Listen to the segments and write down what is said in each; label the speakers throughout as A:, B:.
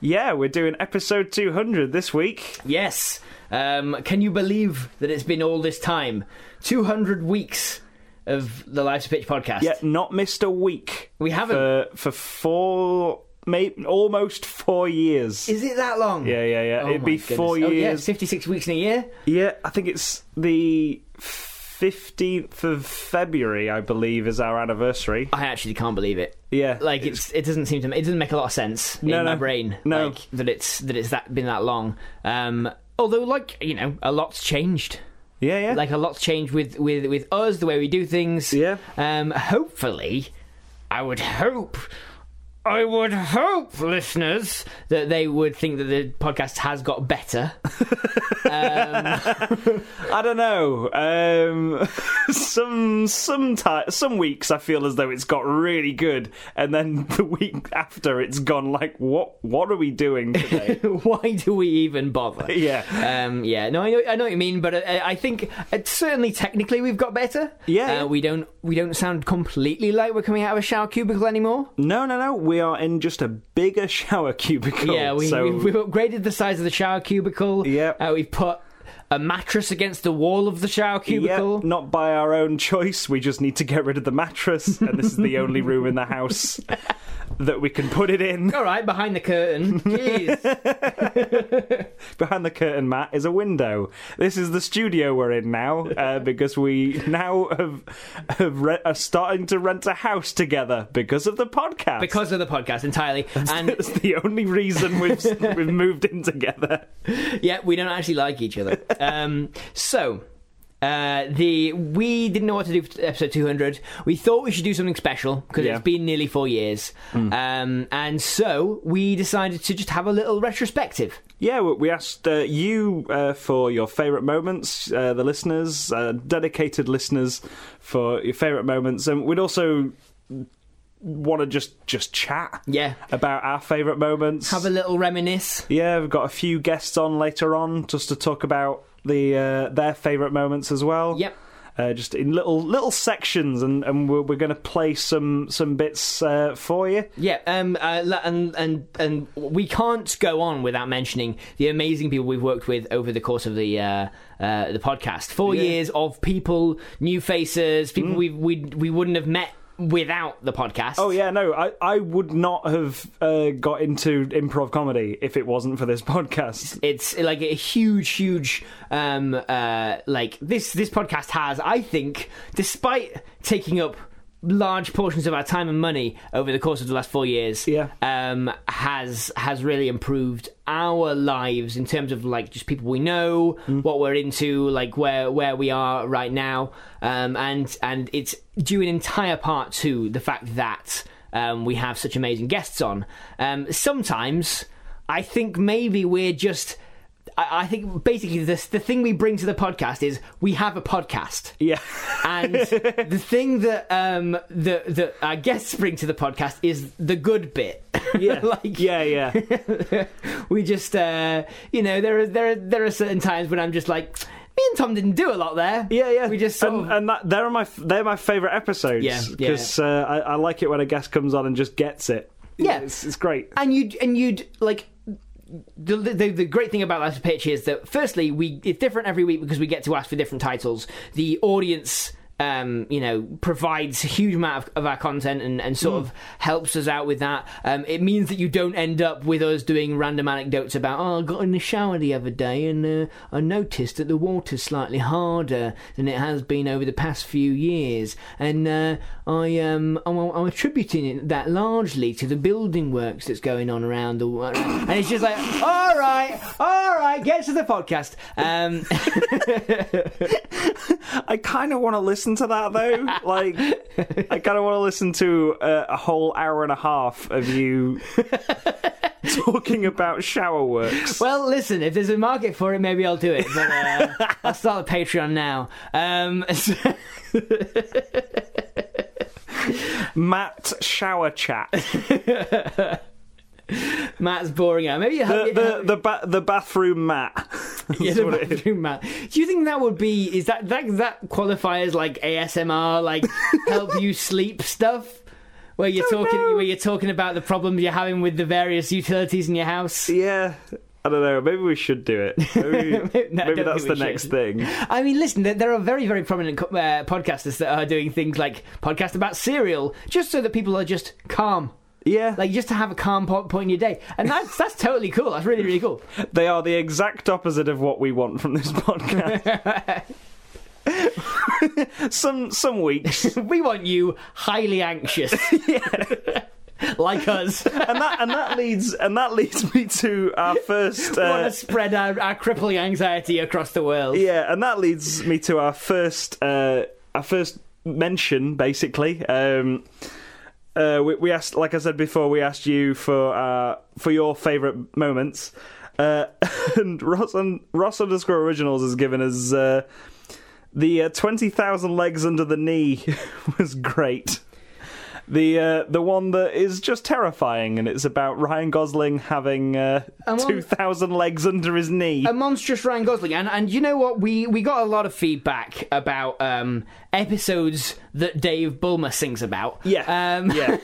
A: Yeah, we're doing episode 200 this week.
B: Yes. Um, can you believe that it's been all this time? 200 weeks of the Life's a Pitch podcast.
A: Yet not missed a week.
B: We haven't.
A: For, for four, maybe, almost four years.
B: Is it that long?
A: yeah, yeah, yeah.
B: Oh
A: It'd
B: my
A: be
B: goodness.
A: four
B: Oh, yeah,
A: years.
B: it's 56 weeks in a year.
A: Yeah, I think it's the 15th of February, I believe, is our anniversary.
B: I actually can't believe it.
A: Yeah.
B: Like it's, it doesn't seem to it doesn't make a lot of sense
A: No,
B: in my
A: no.
B: brain
A: No.
B: like that it's that it's that been that long. Um although like you know a lot's changed.
A: Yeah, yeah.
B: like a lot's changed with with with us the way we do things
A: Yeah.
B: um hopefully i would hope I would hope, listeners, that they would think that the podcast has got better.
A: I don't know. Um, some some ti some weeks I feel as though it's got really good, and then the week after it's gone like, what what are we doing today?
B: Why do we even bother?
A: yeah,
B: Um, yeah, no, I know, I know what you mean, but I, I think uh, certainly technically we've got better.
A: Yeah.
B: uh, we don't we don't sound completely like we're coming out of a shower cubicle anymore.
A: no, no, no. We are in just a bigger shower cubicle.
B: Yeah, we,
A: so
B: we, we've upgraded the size of the shower cubicle.
A: Yep.
B: Uh, we've put a mattress against the wall of the shower cubicle.
A: Yeah, not by our own choice. We just need to get rid of the mattress, and this is the only room in the house that we can put it in.
B: All right, behind the curtain. Jeez.
A: Behind the curtain, Matt, is a window. This is the studio we're in now uh, because we now have, have re- are starting to rent a house together because of the podcast.
B: because of the podcast entirely. And
A: it's the only reason we've we've moved in together.
B: yeah, we don't actually like each other. Um, so. Uh, the we didn't know what to do for episode 200. We thought we should do something special because
A: Yeah.
B: it's been nearly four years, um, and so we decided to just have a little retrospective.
A: Yeah, we- we asked uh, you uh, for your favourite moments, uh, the listeners, uh, dedicated listeners, for your favourite moments, and we'd also want to just just chat
B: Yeah,
A: about our favourite moments.
B: have a little reminisce.
A: yeah, we've got a few guests on later on just to talk about the uh, their favourite moments as well.
B: Yep.
A: Uh, just in little little sections, and, and we're, we're going to play some some bits uh, for you.
B: Yeah, um, uh, la- and and and we can't go on without mentioning the amazing people we've worked with over the course of the uh, uh, the podcast. Four
A: Yeah. Mm.
B: years of people, new faces, people we we we wouldn't have met without the podcast.
A: Oh yeah, no, I, I would not have uh, got into improv comedy if it wasn't for this podcast.
B: It's like a huge, huge, um, uh, like this. This podcast has, I think, despite taking up large portions of our time and money over the course of the last four years,
A: Yeah.
B: um, has has really improved our lives in terms of like just people we know, what we're into, like where where we are right now, um, and and it's due an entire part to the fact that um, we have such amazing guests on. Um, sometimes I think maybe we're just. I I think basically this, the thing we bring to the podcast is we have a podcast.
A: Yeah,
B: And the thing that um that that our guests bring to the podcast is the good bit.
A: yeah,
B: like
A: yeah, yeah,
B: we just uh you know there are there are there are certain times when I'm just like me and Tom didn't do a lot there.
A: yeah, yeah. Um,
B: We just sort
A: and,
B: of-
A: and that they're my they're my favorite episodes.
B: Yeah, yeah.
A: because uh, I, I like it when a guest comes on and just gets it.
B: Yeah.
A: it's, it's great.
B: and you'd and you'd like the, the the great thing about that pitch is that firstly we it's different every week because we get to ask for different titles the audience um, you know, provides a huge amount of, of our content and, and sort of helps us out with that. Um, it means that you don't end up with us doing random anecdotes about, oh, I got in the shower the other day and uh, I noticed that the water's slightly harder than it has been over the past few years. And uh, I, um, I'm, I'm attributing it, that largely to the building works that's going on around the world. And it's just like, all right, all right, get to the podcast. Um,
A: I kind of want to listen to that though. like, I kind of want to listen to uh, a whole hour and a half of you talking about shower works.
B: Well, listen, if there's a market for it, maybe I'll do it. But uh, I'll start the Patreon now. Um,
A: Matt Shower Chat.
B: Matt's boring out. Maybe you have
A: The the the, ba- the bathroom Matt.
B: yeah,
A: That's
B: the
A: what it is.
B: bathroom mat. Do you think that would be? Is that that that qualifies like ASMR, like help you sleep stuff, where you're talking
A: know.
B: where you're talking about the problems you're having with the various utilities in your house?
A: Yeah. I don't know. Maybe we should do it. Maybe,
B: I don't
A: maybe
B: think
A: that's
B: we
A: the
B: should.
A: next thing.
B: I mean, listen, there, there are very, very prominent co- uh, podcasters that are doing things like podcast about cereal, just so that people are just calm,
A: Yeah.
B: like just to have a calm po- point in your day, and that's that's totally cool. That's really, really cool.
A: They are the exact opposite of what we want from this podcast. some some weeks,
B: We want you highly anxious, like us.
A: and that and that leads and that leads me to our first.
B: want
A: Uh,
B: to spread our, our crippling anxiety across the world.
A: yeah, and that leads me to our first uh, our first mention, basically. Um, uh, we, we asked, like I said before, we asked you for uh, for your favourite moments, uh, and Ross un- Ross underscore Originals has given us uh, the uh, twenty thousand legs under the knee was great. The uh, the one that is just terrifying, and it's about Ryan Gosling having uh,
B: And one-
A: two thousand legs under his knee.
B: A monstrous Ryan Gosling, and and you know what? We we got a lot of feedback about um, episodes that Dave Bulmer sings about.
A: yeah,
B: Um,
A: yeah.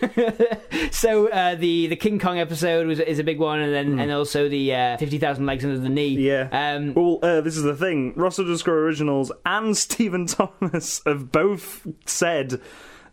B: so uh, the the King Kong episode was is a big one, and then and also the uh, fifty thousand legs under the knee.
A: Yeah.
B: Um,
A: well, uh, this is the thing. Ross underscore originals and Stephen Thomas have both said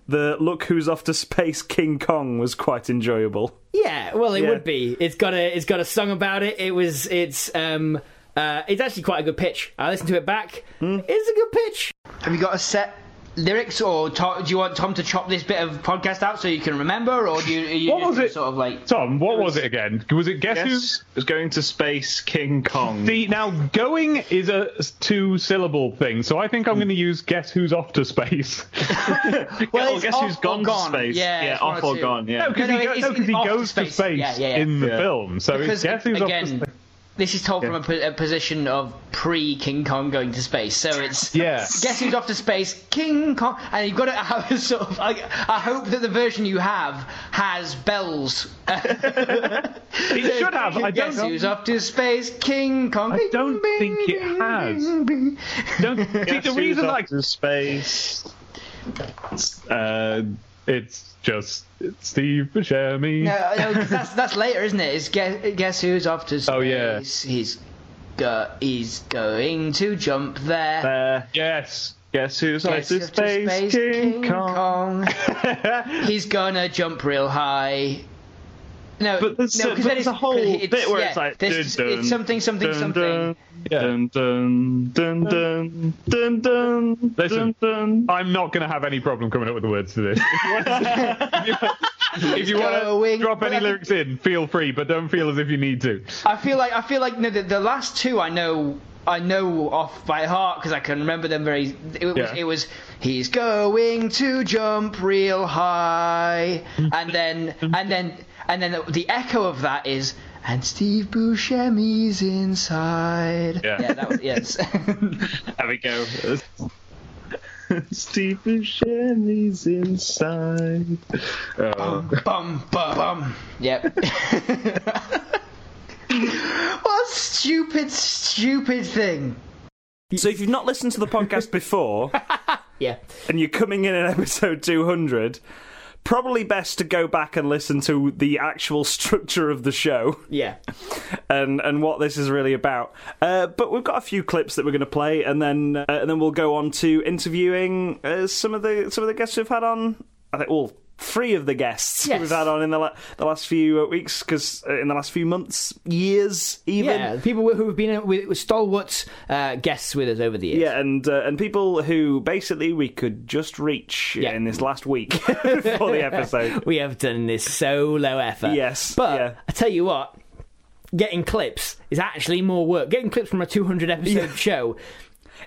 A: the "Look Who's Off to Space" King Kong was quite enjoyable.
B: Yeah, well, it
A: Yeah.
B: would be. It's got a it's got a song about it. It was it's um uh it's actually quite a good pitch. I listened to it back. It's a good pitch. Have you got a set lyrics, or do you want Tom to chop this bit of podcast out so you can remember, or do you, you
C: What just was it? sort
B: of like?
C: Tom, what was it again? Was it Guess,
D: Yes, it's going to space King Kong.
C: Who? The, now, going is a two syllable thing, so I think I'm going to use Guess Who's Off to Space.
D: well,
B: it's
D: guess
B: off
D: who's
B: or
D: gone,
B: gone.
D: to space?
B: Yeah, it's one
D: off
B: or
D: or
B: two.
D: gone. Yeah.
C: no, because
B: No, no,
C: he, go,
B: it's-
C: no,
B: it's
C: 'cause he
B: off to
C: goes to
B: space.
C: space,
B: Yeah, yeah, yeah.
C: in the
D: Yeah.
C: film, so it's
B: Because,
C: Guess Who's Off to
B: again,
C: Space.
B: This is told from a, po- a position of pre King Kong going to space, so it's
C: Yeah.
B: Guess who's off to space? King Kong, and you've got to have a sort of. I, I hope that the version you have has bells.
C: It should have. I don't
B: Guess
C: know.
B: who's off to space? King Kong.
C: I don't think it has. Don't, see,
D: Guess
C: the
D: who's
C: reason
D: off
C: like
D: to space.
C: uh, it's just Steve Buscemi.
B: No, no, 'cause that's that's later, isn't it? It's guess, guess who's off to space?
C: Oh, yeah.
B: He's go, he's going to jump there.
D: Uh,
C: Yes.
D: guess who's off
B: Guess
D: to
B: who's off to
D: space? King, Kong.
B: Kong. he's gonna jump real high. No,
D: But there's
B: no,
D: a- but
B: 'cause then
D: there's
B: it's-
D: a whole
B: 'cause it's-
D: bit where
B: yeah,
D: it's like,
B: there's-
D: dun,
B: it's
D: dun,
B: something, something,
D: Dun,
B: something.
D: dun,
C: Yeah.
D: dun, dun, dun, dun, dun, dun,
C: Listen.
D: dun, dun.
C: I'm not going to have any problem coming up with the words to this. If you want to, if you want
B: going-
C: to drop
B: but
C: any
B: I think-
C: lyrics in, feel free, but don't feel as if you need to.
B: I feel like I feel like no, the, the last two I know I know off by heart because I can remember them very. It was,
C: Yeah.
B: it was he's going to jump real high, and then and then and then the, the echo of that is and Steve Buscemi's inside.
C: Yeah.
B: that was yes.
D: There we go. Steve Buscemi's inside. Oh.
B: bum bum bum. Yep. what a stupid stupid thing.
A: So if you've not listened to the podcast before
B: Yeah.
A: and you're coming in at episode 200, probably best to go back and listen to the actual structure of the show.
B: Yeah.
A: and and what this is really about. Uh, but we've got a few clips that we're going to play, and then uh, and then we'll go on to interviewing uh, some of the some of the guests we've had on. I think all three of the guests
B: Yes.
A: we've had on in the la- the last few uh, weeks, because uh, in the last few months, years, even.
B: Yeah, people who have been uh, with, with stalwart uh, guests with us over the years.
A: Yeah, and uh, and people who basically we could just reach
B: Yeah.
A: in this last week for the episode.
B: We have done this so low effort.
A: Yes,
B: But
A: yeah.
B: I tell you what, getting clips is actually more work. Getting clips from a 200 episode show.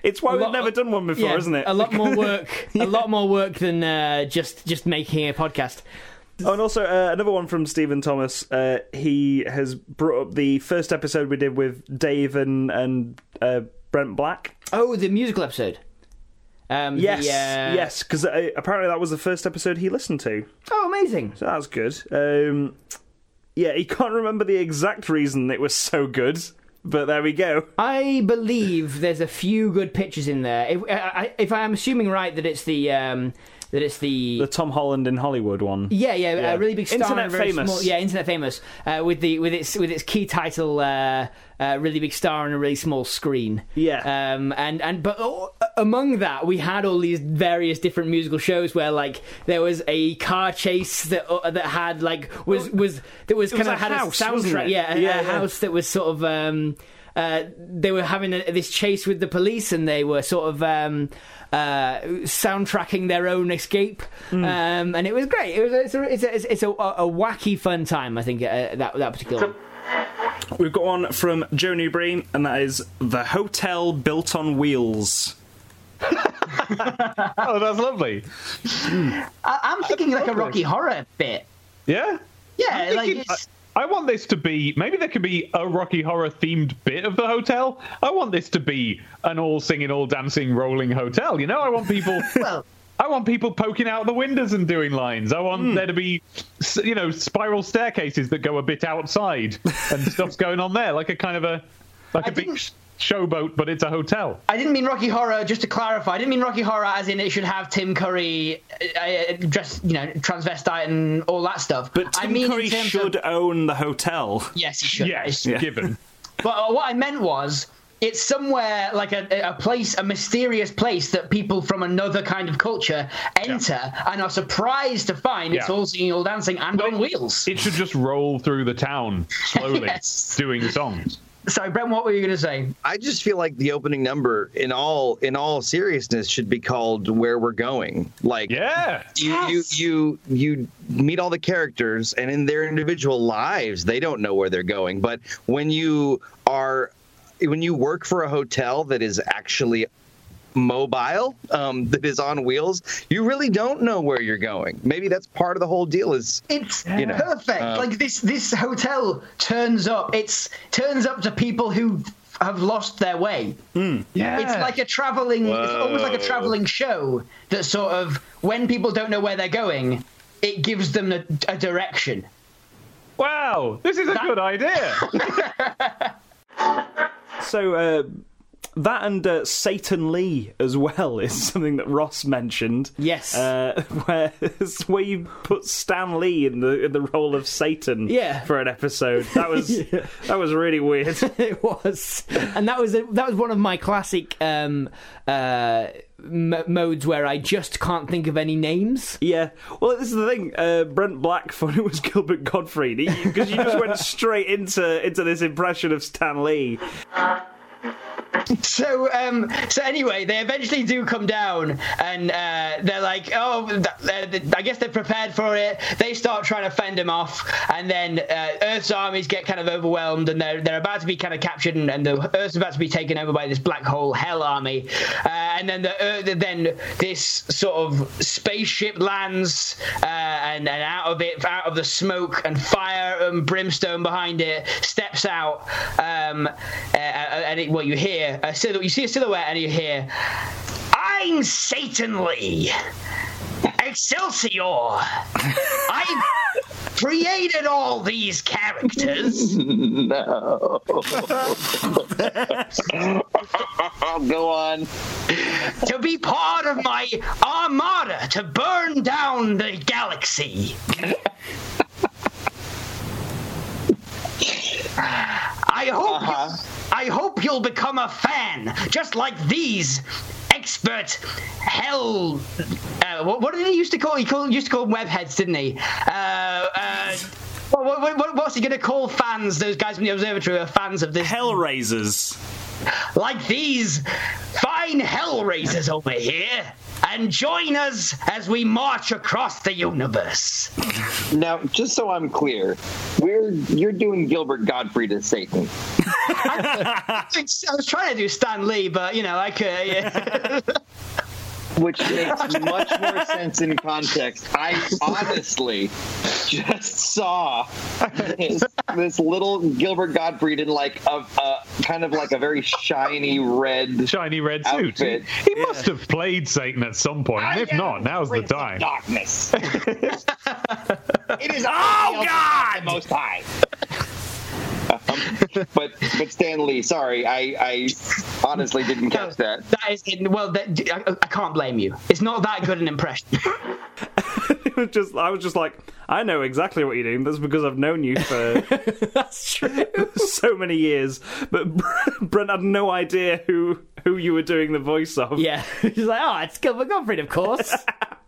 A: It's why
B: a
A: we've
B: lot-
A: never done one before,
B: yeah,
A: isn't it?
B: A lot more work. A lot more work than uh, just just making a podcast.
A: Oh, and also uh, another one from Stephen Thomas. Uh, he has brought up the first episode we did with Dave and and uh, Brent Black.
B: Oh, the musical episode. Um, the,
A: Yes,
B: uh,
A: yes, because uh, apparently that was the first episode he listened to.
B: Oh, amazing.
A: So that's good. Um, yeah, he can't remember the exact reason it was so good, but there we go.
B: I believe there's a few good pictures in there. If I, I- if I'm assuming right that it's the um, that it's the,
A: The Tom Holland in Hollywood one.
B: yeah yeah,
A: Yeah.
B: A really big star
A: Internet
B: and a very
A: famous.
B: small- yeah internet famous uh, with the with its with its key title uh, uh, really big star and a really small screen
A: Yeah.
E: Uh,
B: um, and and but oh, among that we had all these various different musical shows where like there was a car chase that uh, that had like was was that was
A: It was
B: kind of
A: a
B: had
A: house,
B: a
A: wasn't
B: soundtrack
A: it?
B: yeah a,
A: Yeah, yeah.
B: a house that was sort of um, uh, they were having a, this chase with the police and they were sort of um, uh, soundtracking their own escape
A: Hmm.
B: um, and it was great it was it's a it's a, it's a, a wacky fun time I think uh, that that particular one.
A: We've got one from Joni Breen, and that is the hotel built on wheels.
C: Oh, that's lovely.
E: I- I'm thinking like a Rocky Horror bit.
C: Yeah.
E: Yeah, like
C: thinking-
E: it's,
C: I want this to be maybe there could be a Rocky Horror themed bit of the hotel. I want this to be an all singing, all dancing, rolling hotel. You know, I want people.
E: well,
C: I want people poking out the windows and doing lines. I want
E: Hmm.
C: there to be, s- you know, spiral staircases that go a bit outside and stuff's going on there, like a kind of a like a
E: I
C: big
E: didn't-
C: sh- showboat, but it's a hotel.
E: I didn't mean Rocky Horror. Just to clarify, I didn't mean Rocky Horror as in it should have Tim Curry uh, uh, dressed, you know, transvestite and all that stuff.
A: But Tim
E: I mean in
A: Curry
E: terms
A: should
E: Of,
A: own the hotel.
E: yes, he should.
C: Yes,
A: Yeah.
C: given.
E: But uh, what I meant was. It's somewhere like a, a place, a mysterious place that people from another kind of culture enter and are surprised to find it's
C: Yeah.
E: all singing, all dancing, and on wheels.
C: It should just roll through the town slowly,
E: Yes.
C: doing songs.
E: Sorry, Brent, what were you going to say?
F: I just feel like the opening number, in all in all seriousness, should be called "Where We're Going." Like,
C: Yeah.
F: you, you you you meet all the characters and in their individual lives they don't know where they're going but when you are when you work for a hotel that is actually mobile um, that is on wheels you really don't know where you're going maybe that's part of the whole deal is
E: It's
F: You know,
E: perfect.
F: um,
E: like this, this hotel turns up. It's turns up to people who have lost their way.
C: Yeah.
E: It's like a traveling. It's almost like a
F: Whoa.
E: traveling show that sort of when people don't know where they're going, it gives them a, a direction.
C: Wow, this is a good idea.
A: So uh, that and uh, Satan Lee as well is something that Ross mentioned.
B: Yes.
A: uh, where it's where you put Stan Lee in the in the role of Satan.
B: Yeah.
A: for an episode. That was that was really weird.
B: it was, and that was a, that was one of my classic um, uh, m- modes where I just can't think of any names.
A: Yeah. Well, this is the thing. Uh, Brent Black thought it was Gilbert Godfrey because you just went straight into into this impression of Stan Lee.
E: So, um, so anyway, they eventually do come down, and uh, they're like, "Oh, th- th- I guess they're prepared for it." They start trying to fend him off, and then uh, Earth's armies get kind of overwhelmed, and they're they're about to be kind of captured, and, and the Earth's about to be taken over by this black hole hell army, uh, and then the Earth, then this sort of spaceship lands, uh, and and out of it, out of the smoke and fire and brimstone behind it, steps out, um, uh, and it, well, you hear a silhouette, you see a silhouette, and you hear, "I'm Satanly, Excelsior. I created all these characters."
F: oh go on
E: to be part of my armada to burn down the galaxy. I hope I hope you'll become a fan, just like these expert hell. Uh, what, what did he used to call? He called, used to call them webheads, didn't he? Uh, uh, what, what, what, what's he going to call fans? Those guys from the observatory who are fans of this
A: Hellraisers.
E: like these fine hellraisers over here and join us as we march across the universe.
F: now just so i'm clear we're you're doing gilbert godfrey to satan
E: I was trying to do Stan Lee, but you know, I could.
F: which makes much more sense in context. I honestly just saw this, this little Gilbert Gottfried in like a, a kind of like a very shiny red.
C: Shiny red suit. He,
F: Outfit.
C: he must have played Satan at some point.
G: Oh,
C: and if
F: I am
C: not, now's the
F: Prince of
C: time.
F: Darkness. it is oh God, the Most High. Um, but but Stan Lee, sorry, I I honestly didn't catch that.
E: That is well. That, I, I can't blame you. It's not that good an impression.
A: It was just I was just like, I know exactly what you're doing. That's because I've known you for
B: That's true.
A: so many years. But Brent had no idea who who you were doing the voice of.
B: Yeah, she's like, oh, it's Gilbert Gottfried, of course.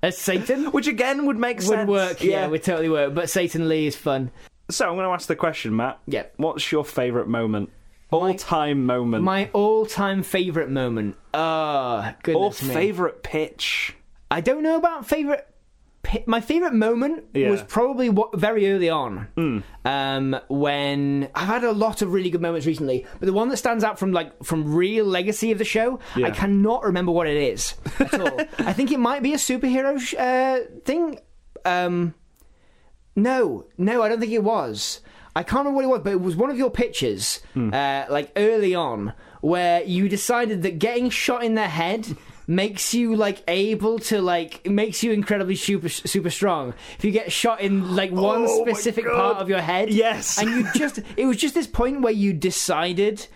B: As Satan
A: Which again would make
B: would
A: sense.
B: work. Yeah, would totally work. But Satan Lee is fun.
A: So I'm going to ask the question, Matt.
B: Yeah.
A: What's your favourite moment? All time moment.
B: My all-time favorite moment. Oh,
A: or
B: goodness me.
A: favourite pitch.
B: I don't know about favorite. pi- My favorite moment
A: Yeah.
B: was probably what very early on, um, when I've had a lot of really good moments recently. But the one that stands out from like from real legacy of the show, I cannot remember what it is at all. I think it might be a superhero sh- uh, thing. Um, no, no, I don't think it was. I can't remember what it was, but it was one of your pictures, uh, like early on, where you decided that getting shot in the head makes you like able to like it makes you incredibly super super strong. If you get shot in like one specific part of your head,
A: Yes.
B: and you just it was just this point where you decided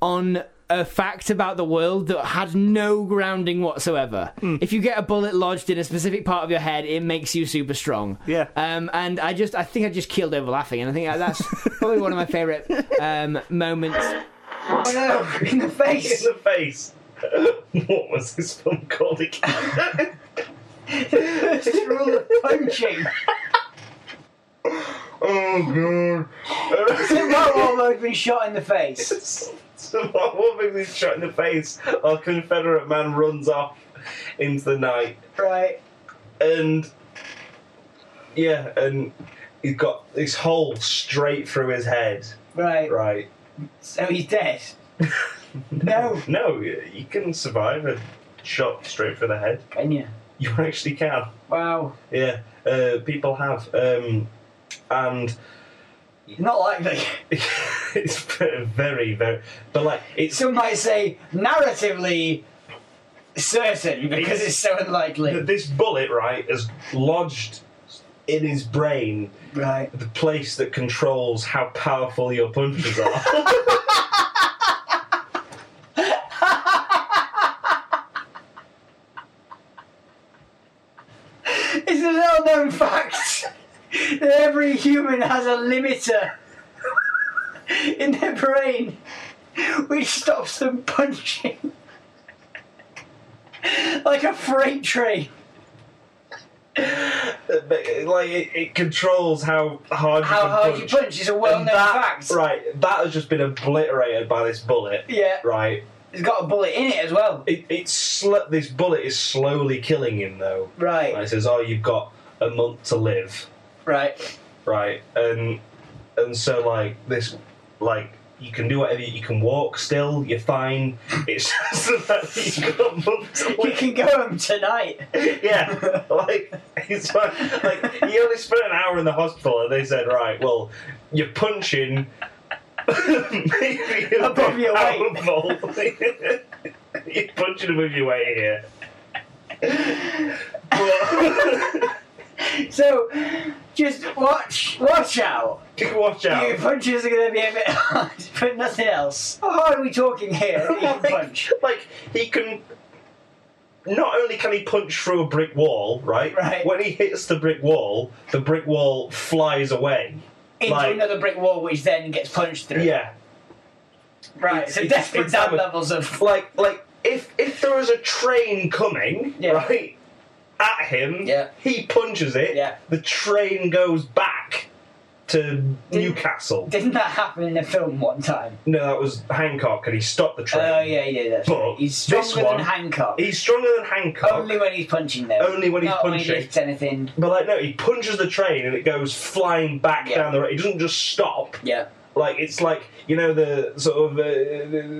B: on a fact about the world that had no grounding whatsoever.
A: Hmm.
B: If you get a bullet lodged in a specific part of your head, it makes you super strong.
A: Yeah.
B: Um, and I just, I think I just keeled over laughing, and I think that's probably one of my favorite um, moments.
E: oh no! In the face.
H: the face. what was this film called again?
E: Rule of poaching.
H: oh
E: Not all those been shot in the face.
H: god. so what, what makes me shot in the face? Our Confederate man runs off into the night,
E: Right.
H: and yeah, and he's got this hole straight through his head.
E: Right.
H: Right.
E: So he's dead. no.
H: No, you you can survive a shot straight through the head.
E: Can you?
H: You actually can.
E: Wow.
H: Yeah, uh, people have, um, and
E: Not likely.
H: it's very, very, but like it's
E: Some might say narratively certain because it's so unlikely.
H: this bullet right is lodged in his brain,
E: Right.
H: the place that controls how powerful your punches are.
E: It's a well known fact that every human has a limiter in their brain which stops them punching like a freight train.
H: But, like it, it controls how hard you
E: How
H: can
E: hard
H: punch.
E: you punch is a well known
H: And that-
E: fact.
H: Right, that has just been obliterated by this bullet.
E: Yeah.
H: Right.
E: It's got a bullet in it as well.
H: It, it's sl- this bullet is slowly killing him though.
E: Right.
H: Like, it says, "Oh, you've got a month to live."
E: Right.
H: right? And and so like this, like you can do whatever you can walk still. You're fine. It's just that you got moved
E: You
H: away.
E: can go home tonight.
H: Yeah, like it's like, like he only spent an hour in the hospital, and they said, right, well, you're punching. maybe a
E: Above
H: bit
E: your weight.
H: powerful. you're punching above your weight here. But
E: So just watch watch out.
H: watch out.
E: Your punches are gonna be a bit hard, but nothing else. How hard are we talking here? that You can
H: Like-
E: punch.
H: Like he can. Not only can he punch through a brick wall, right?
E: Right.
H: When he hits the brick wall, the brick wall flies away.
E: Into
H: like-
E: another brick wall which then gets punched through.
H: Yeah.
E: Right. So
H: It's-
E: desperate
H: it's
E: down
H: damage.
E: levels of
H: Like, like if if there was a train coming,
E: Yeah.
H: right, at him,
E: Yeah.
H: he punches it.
E: Yeah.
H: The train goes back to Newcastle.
E: didn't that happen in a film one time?
H: no, that was Hancock, and he stopped the
E: Oh
H: train.
E: yeah, yeah, that's
H: But
E: right. He's
H: this
E: stronger
H: one-
E: than Hancock.
H: He's stronger than Hancock.
E: only when he's punching though.
H: Only when he's
E: Not When
H: punching.
E: he hits anything.
H: But like, no, he punches the train and it goes flying back
E: Yeah.
H: down the road. He doesn't just stop.
E: Yeah.
H: Like it's like you know the sort of uh,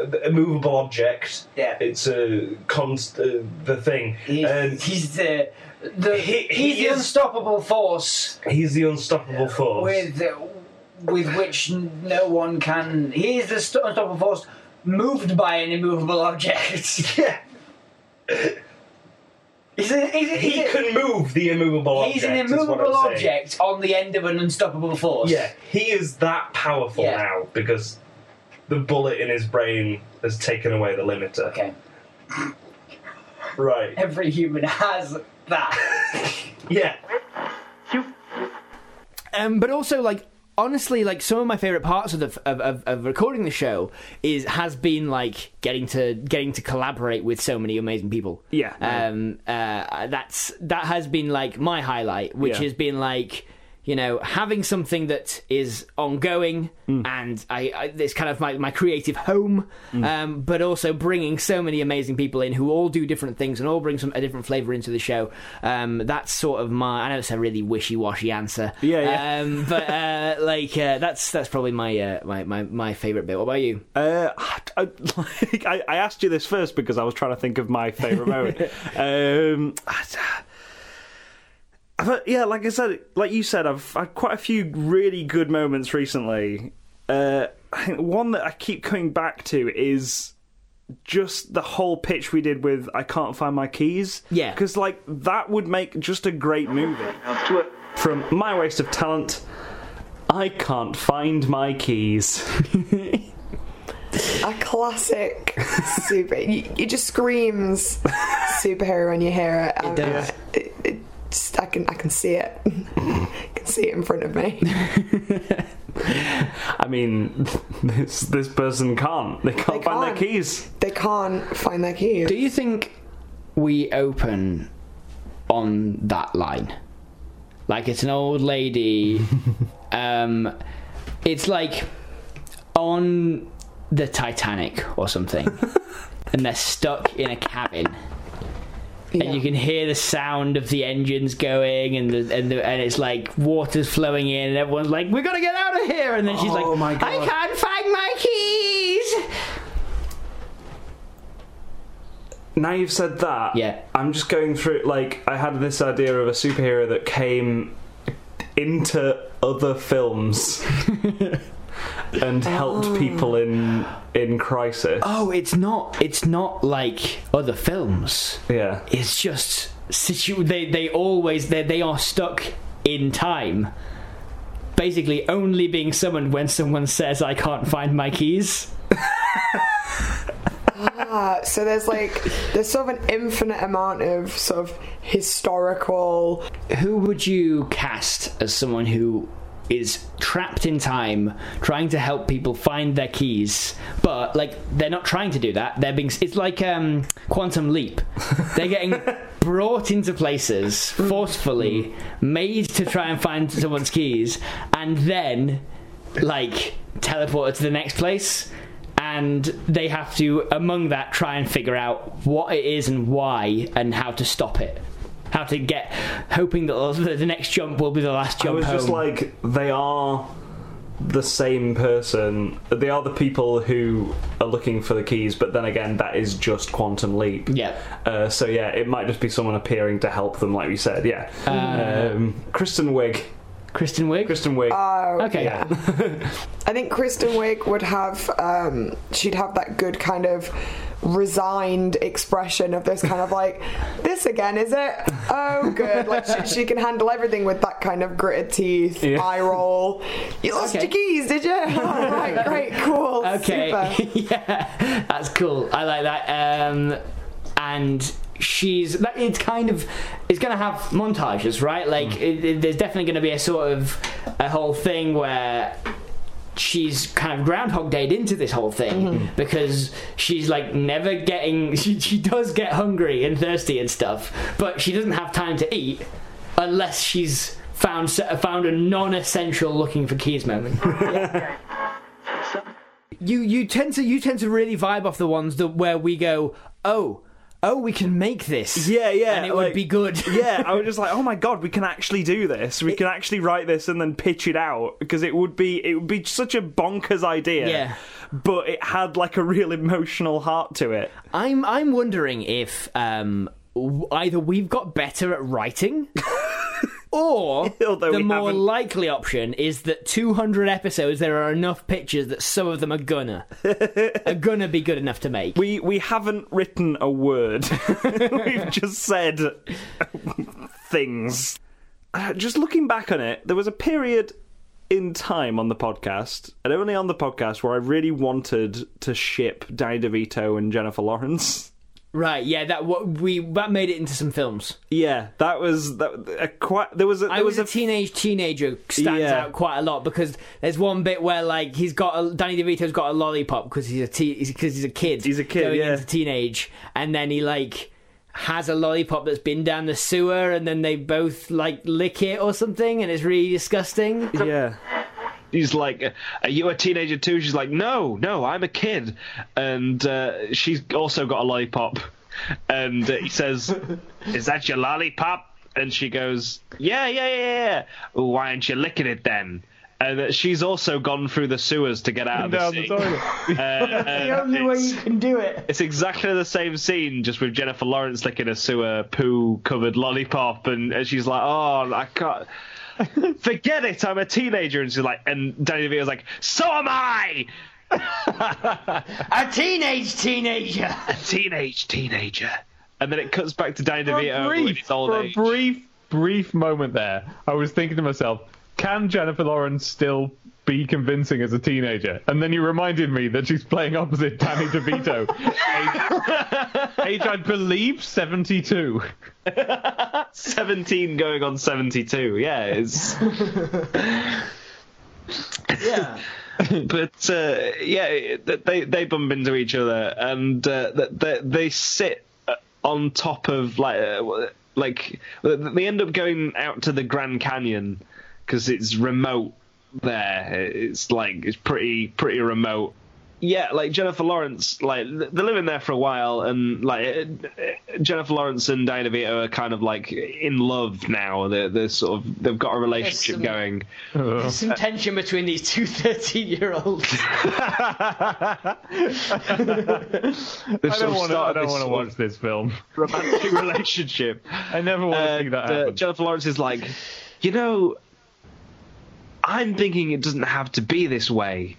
H: a, a movable object.
I: Yeah.
H: It's a const uh, the thing.
I: He's,
H: and
I: he's the, the
H: He-
I: he's
H: he
I: the
H: is-
I: unstoppable force
H: he's the unstoppable force.
I: with with which n- no one can. He is the st- unstoppable force moved by an immovable object.
H: yeah.
I: he's a, he's a, he's
H: He
I: a-
H: can move the immovable
I: He's
H: object.
I: an
H: is what I'm
I: immovable
H: saying.
I: object on the end of an unstoppable force.
H: Yeah, he is that powerful
I: Yeah.
H: now because the bullet in his brain has taken away the limiter.
I: Okay.
H: Right.
I: Every human has that.
H: Yeah.
B: Um, but also, like honestly, like some of my favorite parts of the of, of, of recording the show is has been like getting to getting to collaborate with so many amazing people.
A: Yeah.
B: Um. Uh. That's that has been like my highlight, which
A: Yeah.
B: has been like. You know, having something that is ongoing
A: Mm.
B: and I, I it's kind of my, my creative home, um, but also bringing so many amazing people in who all do different things and all bring some a different flavor into the show. Um, that's sort of my. I know it's a really wishy washy answer,
A: Yeah, yeah.
B: um, but uh, like uh, that's that's probably my, uh, my my my favorite bit. What about you?
A: Uh, I, like, I, I asked you this first because I was trying to think of my favorite moment. um, I, I've had- yeah, like I said, like you said, I've had quite a few really good moments recently. Uh, I think one that I keep coming back to is just the whole pitch we did with "I Can't Find My Keys."
B: Yeah.
A: because like that would make just a great movie. From my waste of talent, I can't find my keys.
J: a classic super. you, it just screams superhero when you hear it. It
B: does.
J: It, it just, I can I can see it. I can see it in front of me.
A: I mean, this this person can't. They can't
J: They
A: find
J: can't.
A: their keys.
J: They can't find their key.
B: Do you think we open on that line? Like it's an old lady. um, it's like on the Titanic or something, and they're stuck in a cabin.
J: Yeah.
B: and you can hear the sound of the engines going and the, and the, and it's like water's flowing in and everyone's like we gotta get out of here and then she's like I can't find my keys
A: Now you've said that.
B: Yeah.
A: I'm just going through. Like, I had this idea of a superhero that came into other films and helped people in in crisis.
B: oh it's not it's not like other films
A: Yeah.
B: it's just situ they they always they they are stuck in time basically only being summoned when someone says I can't find my keys
J: Uh, so there's like there's sort of an infinite amount of sort of historical.
B: who would you cast as someone who is trapped in time trying to help people find their keys but like they're not trying to do that they're being it's like um quantum leap they're getting brought into places forcefully made to try and find someone's keys and then like teleported to the next place and they have to among that try and figure out what it is and why and how to stop it how to get hoping that the the next jump will be the last
A: I
B: jump
A: was
B: home.
A: just like, they are the same person. They are the people who are looking for the keys, but then again, that is just Quantum Leap.
B: Yeah.
A: Uh, so yeah, it might just be someone appearing to help them, like we said. Yeah. um, Kristen Wiig.
B: Kristen Wiig
A: Kristen Wiig.
B: okay
J: I think Kristen Wiig would have um, she'd have that good kind of resigned expression of this kind of like this again is it oh good like she, she can handle everything with that kind of gritted teeth
A: Yeah.
J: eye roll you lost
B: Okay.
J: your keys did you all right great cool super.
B: okay yeah that's cool I like that um and she's that it's kind of it's gonna have montages right like it, it- there's definitely gonna be a sort of a whole thing where she's kind of groundhog dayed into this whole thing
J: Mm-hmm.
B: because she's like never getting she, she does get hungry and thirsty and stuff but she doesn't have time to eat unless she's found found a non-essential looking for keys moment you you tend to you tend to really vibe off the ones that where we go oh oh, we can make this.
A: Yeah, yeah.
B: And it would be good.
A: yeah, I was just like, oh my god, we can actually do this. We can actually write this and then pitch it out because it would be it would be such a bonkers idea.
B: Yeah.
A: But it had like a real emotional heart to it.
B: I'm I'm wondering if um, w- either we've got better at writing, or
A: Although
B: the
A: we
B: more
A: haven't.
B: likely option is that 200 episodes there are enough pictures that some of them are gonna are gonna be good enough to make.
A: We we haven't written a word. We've just said things. Uh, Just looking back on it, there was a period in time on the podcast, and only on the podcast, where I really wanted to ship Danny DeVito and Jennifer Lawrence.
B: Right? Yeah, that what we that made it into some films.
A: Yeah, that was that a quite. There was a, there
B: I was,
A: a
B: a teenage teenager stands
A: Yeah.
B: out quite a lot because there's one bit where like he's got a, Danny DeVito's got a lollipop because he's a te- he's, cause he's a kid.
A: He's a kid,
B: going
A: yeah.
B: into teenage, and then he like has a lollipop that's been down the sewer, and then they both like lick it or something, and it's really disgusting.
A: yeah.
K: He's like, uh, "Are you a teenager too?" She's like, "No, no, I'm a kid," and uh, she's also got a lollipop. And uh, he says, "Is that your lollipop?" And she goes, "Yeah, yeah, yeah, yeah. Why aren't you licking it then?" And uh, she's also gone through the sewers to get out of the
G: Down the
K: sea.
G: toilet.
K: Uh, and
E: The only way
K: it's-
E: you can do it.
K: it's exactly the same scene, just with Jennifer Lawrence licking a sewer poo covered lollipop, and, and she's like, "Oh, I can't forget it. I'm a teenager," and she's like, and Danny DeVito's like, "So am I,
L: A teenage teenager.
K: a teenage teenager." And then it cuts back to Danny
G: For a
K: DeVito in
G: brief,
K: his old
G: for
K: age.
G: a brief, brief moment there, I was thinking to myself, can Jennifer Lawrence still be convincing as a teenager? And then you reminded me that she's playing opposite Danny DeVito, age, age I believe seventy-two.
K: Seventeen going on seventy-two. Yeah, it's.
E: Yeah.
K: but uh, yeah, th- they they bump into each other and uh, th- they they sit uh, on top of like uh, like they end up going out to the Grand Canyon because it's remote there. It's like it's pretty pretty remote. Yeah, like Jennifer Lawrence, like they're living there for a while, and like uh, Jennifer Lawrence and Diana Vito are kind of like in love now. They're, they're sort of they've got a relationship
L: some-
K: going.
L: There's some tension between these two 13 year olds.
K: They've
G: I
K: sort
G: don't
K: of
G: want to. I don't
K: started this
G: want to
K: sort of-
G: watch this film.
K: romantic relationship.
G: I never want to see
K: And,
G: that
K: uh,
G: happen.
K: Jennifer Lawrence is like, you know, I'm thinking it doesn't have to be this way.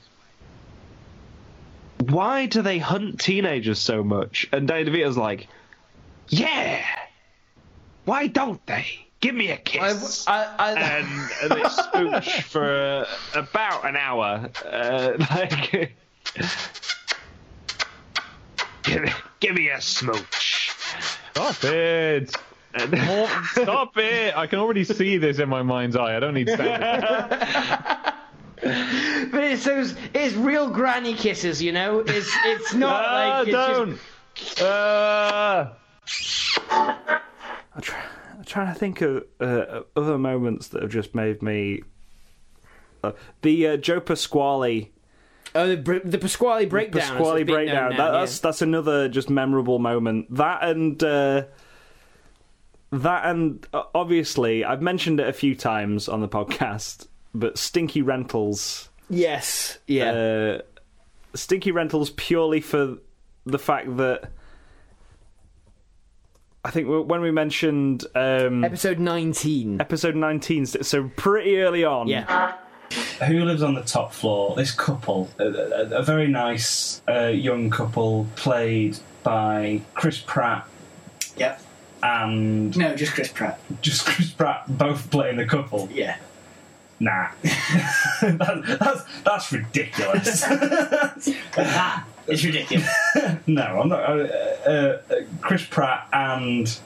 K: Why do they hunt teenagers so much? And Danny DeVito's like, yeah, why don't they? Give me a kiss.
L: I, I,
K: and, and they spooch for uh, about an hour. Uh, like, give, me- give me a smooch.
G: Stop it!
K: And-
G: Stop it! I can already see this in my mind's eye. I don't need sound.
H: Uh,
L: but it's those, it's real granny kisses, you know? It's it's not
G: Ah,
L: like. It's just-
G: don't. Ah.
A: I'm, try- I'm trying to think of uh, other moments that have just made me. Uh, the uh, Joe Pasquale
B: Oh, the, Br- the Pasquale breakdown. is
A: Pasquale
B: what's being known
A: breakdown.
B: now,
A: that,
B: yeah.
A: that's that's another just memorable moment. That and uh, that and uh, obviously I've mentioned it a few times on the podcast, but Stinky Rentals,
B: yes, yeah.
A: uh, Stinky Rentals, purely for the fact that I think w- when we mentioned um,
B: Episode 19.
A: episode nineteen, so pretty early on,
B: Yeah,
H: Who lives on the top floor? This couple, a, a, a very nice uh, young couple, played by Chris Pratt
E: Yeah.
H: and
E: No, just Chris Pratt.
H: just Chris Pratt, both playing the couple.
E: Yeah.
H: Nah, that, that's that's ridiculous.
E: That is ridiculous.
H: no, I'm not. Uh, uh, uh, Chris Pratt and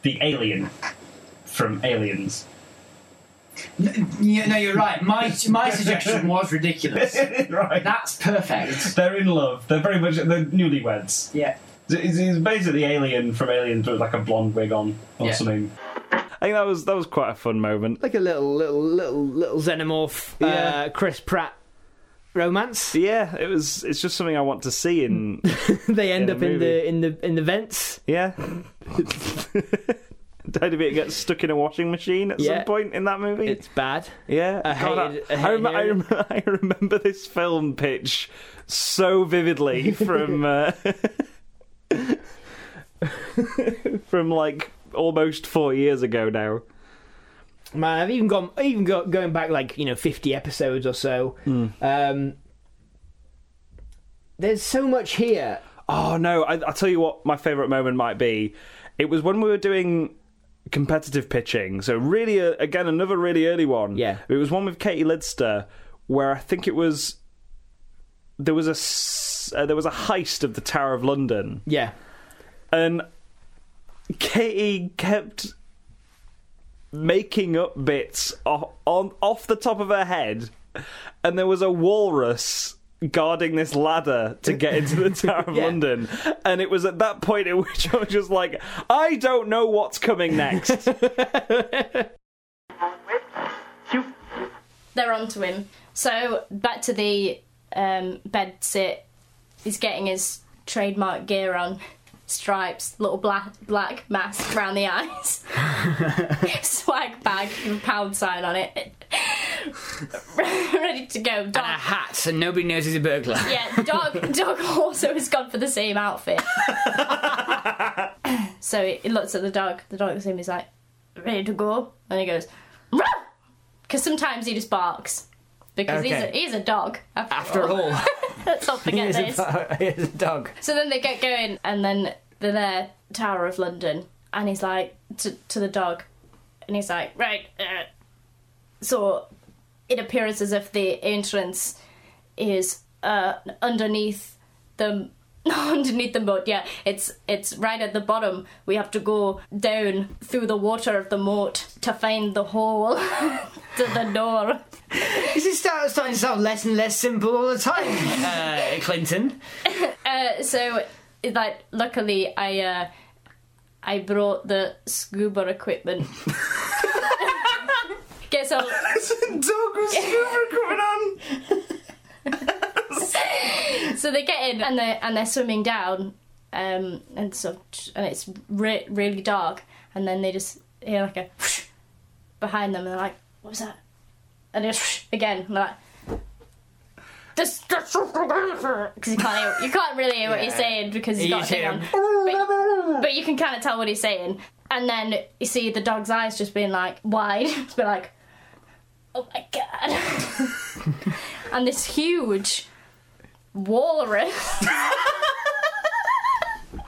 H: the alien from Aliens.
E: yeah, no, you're right. My my suggestion was ridiculous.
H: right.
E: That's perfect.
H: They're in love. They're very much they're newlyweds.
E: Yeah.
H: He's, he's basically Alien from Aliens, but with like a blonde wig on or
E: Yeah.
H: something.
A: I think that was that was quite a fun moment.
B: like a little, little, little, little xenomorph. Uh,
A: Yeah.
B: Chris Pratt romance.
A: Yeah, it was. It's just something I want to see in.
B: they end
A: In a
B: up in
A: movie.
B: the in the in the vents.
A: Yeah. Died of it gets stuck in a washing machine at
B: Yeah.
A: some point in that movie.
B: It's bad.
A: yeah,
B: I
A: God,
B: hated-
A: I,
B: I
A: I rem- I,
B: hated
A: rem- I remember this film pitch so vividly from uh, from like almost four years ago now.
B: Man, I've even gone even go, going back like you know fifty episodes or so. Um, there's so much here.
A: Oh no! I, I'll tell you what my favourite moment might be. It was when we were doing competitive pitching. So really, uh, again, another really early one.
B: Yeah.
A: it was one with Katie Lidster, where I think it was there was a s- uh, there was a heist of the Tower of London,
B: Yeah,
A: and Katie kept making up bits o- on off the top of her head, and there was a walrus guarding this ladder to get into the Tower of
B: Yeah.
A: London, and it was at that point at which I was just like, I don't know what's coming next.
K: they're onto him. So back to the um, bed sit. He's getting his trademark gear on, stripes, little black black mask round the eyes, swag bag with a pound sign on it, ready to go.
E: A
K: Dog,
E: hat, so nobody knows he's a burglar.
K: yeah, dog, dog also has gone for the same outfit. so he he looks at the dog. The dog looks at him. He's like, ready to go, and he goes, because sometimes he just barks. Because
I: Okay.
K: he's, a, he's a dog, after,
I: After all,
K: Let's not forget
I: here's
K: this.
I: a, here's a dog.
K: So then they get going, and then they're there, Tower of London, and he's like to, to the dog, and he's like, right. Uh. So it appears as if the entrance is uh, underneath the underneath the moat. Yeah, it's it's right at the bottom. We have to go down through the water of the moat to find the hole to the door.
I: This is start, starting to sound less and less simple all the time, uh, Clinton.
K: Uh, so like luckily i uh i brought the scuba equipment guess i'll
A: Dog was super coming on.
K: so they get in and they and they're swimming down, um, and so and it's re- really dark, and then they just hear like a whoosh behind them, and they're like, "What was that?" And it's whoosh again, and they're like. Because you can't, hear, you can't really hear what he's saying because he's
I: You
K: got a
I: just
K: thing
I: hear
K: on. But, but you can kind of tell what he's saying. And then you see the dog's eyes just being like wide. It's been like, oh my god. and this huge walrus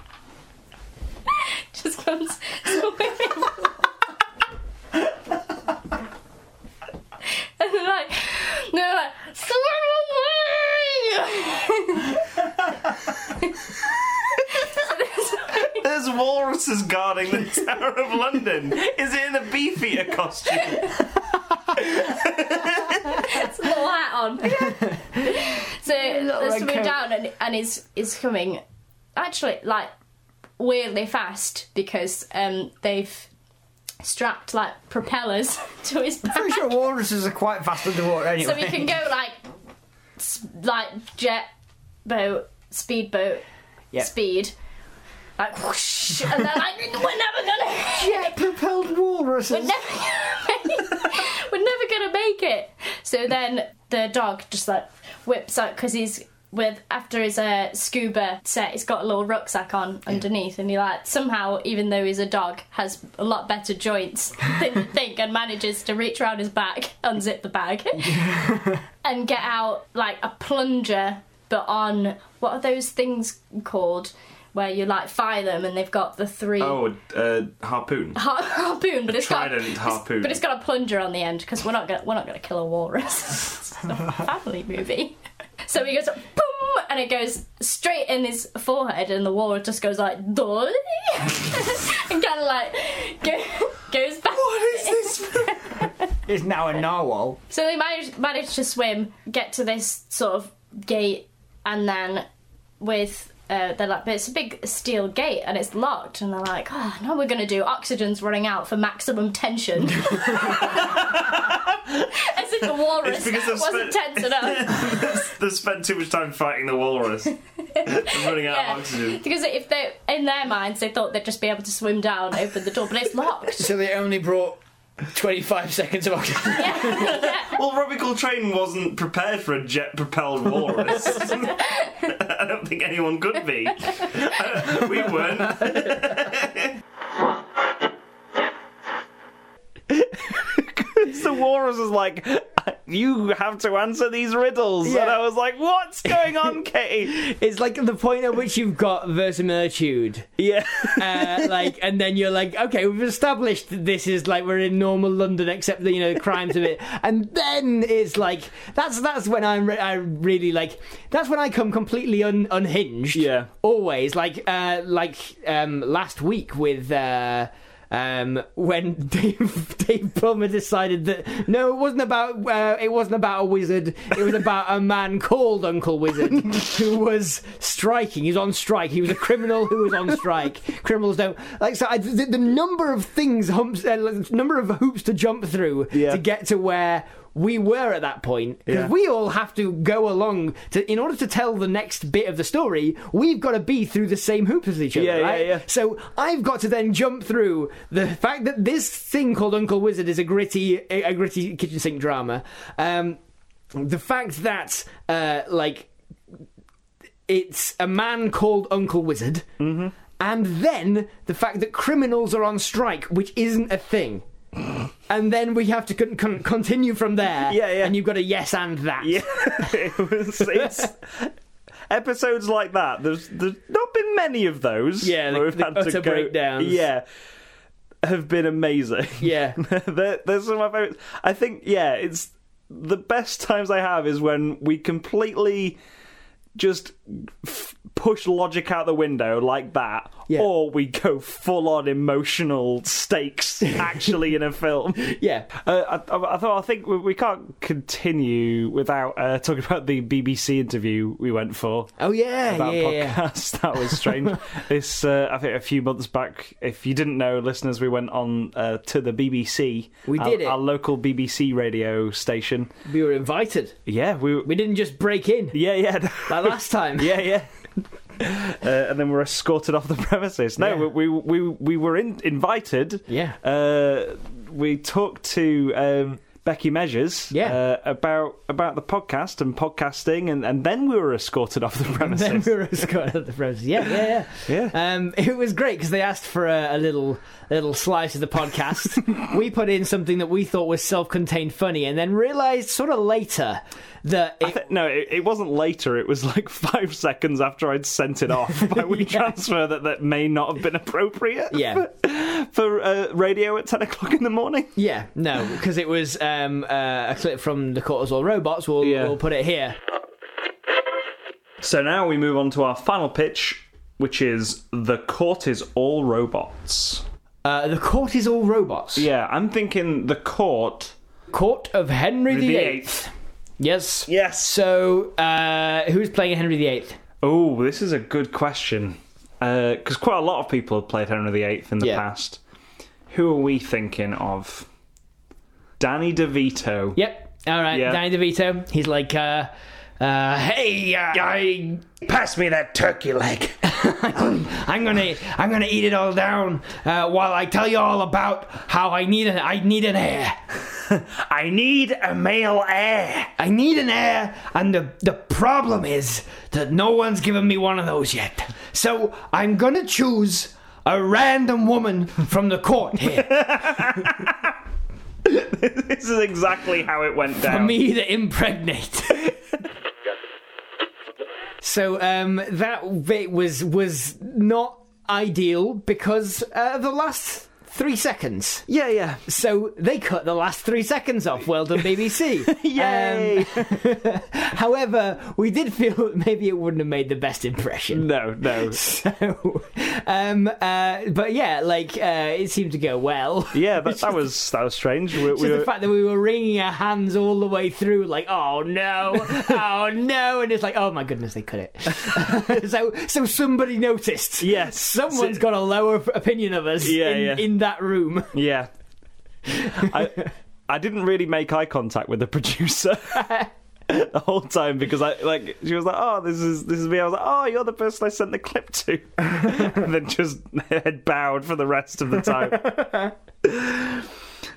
K: just comes swimming. and they're like, they're like, swim away!
A: There's walruses guarding the Tower of London. Is it in a beefeater costume?
K: It's a little hat on. so they're swimming down and, and is is coming actually like weirdly fast because um they've strapped like propellers to his back.
I: I'm sure walruses are quite fast underwater anyway.
K: so he can go like s- like jet boat speedboat speed like whoosh and they're like we're never gonna
I: Jet propelled
K: we're
I: walruses.
K: never gonna make, we're never gonna make it so then the dog just like whips up because he's with after his uh, scuba set he's got a little rucksack on underneath and he like somehow even though he's a dog has a lot better joints than you think and manages to reach around his back unzip the bag and get out like a plunger, but on what are those things called where you like fire them and they've got the three
A: Oh, uh, harpoon.
K: har- harpoon, but it's got
A: trident
K: it's-
A: harpoon.
K: but it's got a plunger on the end because we're not gonna we're not gonna kill a walrus. it's not a family movie. So he goes boom, and it goes straight in his forehead, and the walrus just goes like dolly, and kind of like go, goes back. What is this?
I: Is now a narwhal.
K: So they managed managed to swim, get to this sort of gate, and then with uh, they're like, but it's a big steel gate and it's locked. And they're like, oh, no, we're going to do oxygen's running out for maximum tension. As if the walrus
H: It's because I've
K: wasn't
H: spent-
K: tense enough.
H: They spent too much time fighting the walrus. I'm running out of oxygen.
K: because if they, in their minds, they thought they'd just be able to swim down, open the door, but it's locked.
B: So they only brought 25 seconds of oxygen.
H: Well, Robbie Coltrane wasn't prepared for a jet-propelled walrus. I don't think anyone could be. Uh, we weren't.
A: the walrus was like, "You have to answer these riddles," and I was like, "What's going on, Katie?"
B: It's like the point at which you've got verisimilitude.
A: Yeah,
B: Uh, like, and then you're like, okay, we've established that this is like we're in normal London, except that you know the crimes of it. And then it's like that's that's when I'm re- I really like that's when I come completely un- unhinged.
A: Yeah.
B: always like uh, like um, last week with. Uh, um, when Dave, Dave Plummer decided that no, it wasn't about uh, it wasn't about a wizard. It was about a man called Uncle Wizard who was striking. He was on strike. He was a criminal who was on strike. Criminals don't like so. I, the, the number of things, humps, uh, like, number of hoops to jump through
A: Yeah.
B: to get to where. We were at that point because
A: Yeah.
B: we all have to go along to in order to tell the next bit of the story. We've got to be through the same hoops as each other,
A: Yeah, yeah,
B: right?
A: yeah.
B: So I've got to then jump through the fact that this thing called Uncle Wizard is a gritty, a gritty kitchen sink drama. Um, the fact that uh, like it's a man called Uncle Wizard,
A: Mm-hmm.
B: and then the fact that criminals are on strike, which isn't a thing. And then we have to con- con- continue from there.
A: Yeah, yeah.
B: And you've got a yes and that.
A: yeah. it was, it's, episodes like that. There's there's not been many of those.
B: Yeah, the-
A: where we've
B: the
A: had to
B: utter
A: go,
B: breakdowns.
A: Yeah, have been amazing.
B: Yeah.
A: they're, they're some of my favorites. I think yeah, it's the best times I have is when we completely just f- push logic out the window like that,
B: Yeah.
A: or we go full on emotional stakes actually in a film.
B: Yeah.
A: Uh, I, I I thought I think we, we can't continue without uh, talking about the BBC interview we went for.
B: Oh, yeah.
A: About
B: yeah, yeah, yeah.
A: podcast, that was strange. this, uh, I think, a few months back. If you didn't know, listeners, we went on uh, to the BBC.
B: We
A: our-
B: did it.
A: Our local BBC radio station.
B: We were invited.
A: Yeah, we.
B: We didn't just break in
A: yeah, yeah.
B: like last time.
A: Yeah, yeah. Uh, and then we're escorted off the premises. No,
B: Yeah.
A: we, we we we were in, invited.
B: Yeah.
A: Uh, we talked to um, Becky Measures.
B: Yeah.
A: Uh, about about the podcast and podcasting, and, and then we were escorted off the premises.
B: Then we were escorted at the premises. Yeah, yeah, yeah. Um, it was great because they asked for a, a little little slice of the podcast. we put in something that we thought was self-contained funny, and then realised sort of later that
A: I
B: it,
A: thi- no, it, it wasn't later. It was like five seconds after I'd sent it off by WeTransfer transfer that that may not have been appropriate.
B: Yeah.
A: For, for uh, radio at ten o'clock in the morning.
B: yeah, no, because it was um, uh, a clip from the Cortisol Robots. We'll
A: Yeah.
B: we'll put it here.
A: So now we move on to our final pitch, which is the court is all robots.
B: Uh, the Cortisol Robots.
A: Yeah, I'm thinking the court.
B: Court of Henry
A: The
B: VIII.
A: eighth.
B: Yes.
A: Yes.
B: So uh, who's playing Henry VIII?
A: Oh, this is a good question. Because quite a lot of people have played Henry VIII in the
B: Yeah.
A: past. Who are we thinking of? Danny DeVito.
B: Yep. All right.
A: Yeah.
B: Danny DeVito. He's like, uh, uh, hey, uh, I
H: Pass me that turkey leg.
B: I'm gonna I'm gonna eat it all down uh, while I tell you all about how I need an I need an heir.
H: I need a male heir.
B: I need an heir, and the the problem is that no one's given me one of those yet. So I'm gonna choose a random woman from the court here
A: This is exactly how it went
B: for
A: down.
B: me to impregnate. So um, that bit was was not ideal because uh, the last three seconds.
A: Yeah, yeah.
B: So they cut the last three seconds off. Well done, BBC.
A: Yay.
B: Um, However, we did feel that maybe it wouldn't have made the best impression.
A: No, no.
B: So, um, uh, but yeah, like uh, it seemed to go well.
A: Yeah, that, that was that was strange. We,
B: So
A: we
B: the
A: were-
B: fact that we were wringing our hands all the way through, like, oh no, oh no, and it's like, oh my goodness, they cut it. so, so somebody noticed.
A: Yes,
B: someone's got a lower opinion of us.
A: Yeah,
B: in,
A: yeah.
B: in that room.
A: yeah, I I didn't really make eye contact with the producer. The whole time because I like she was like, "Oh, this is this is me." I was like, "Oh, you're the person I sent the clip to," and then just head bowed for the rest of the time. and,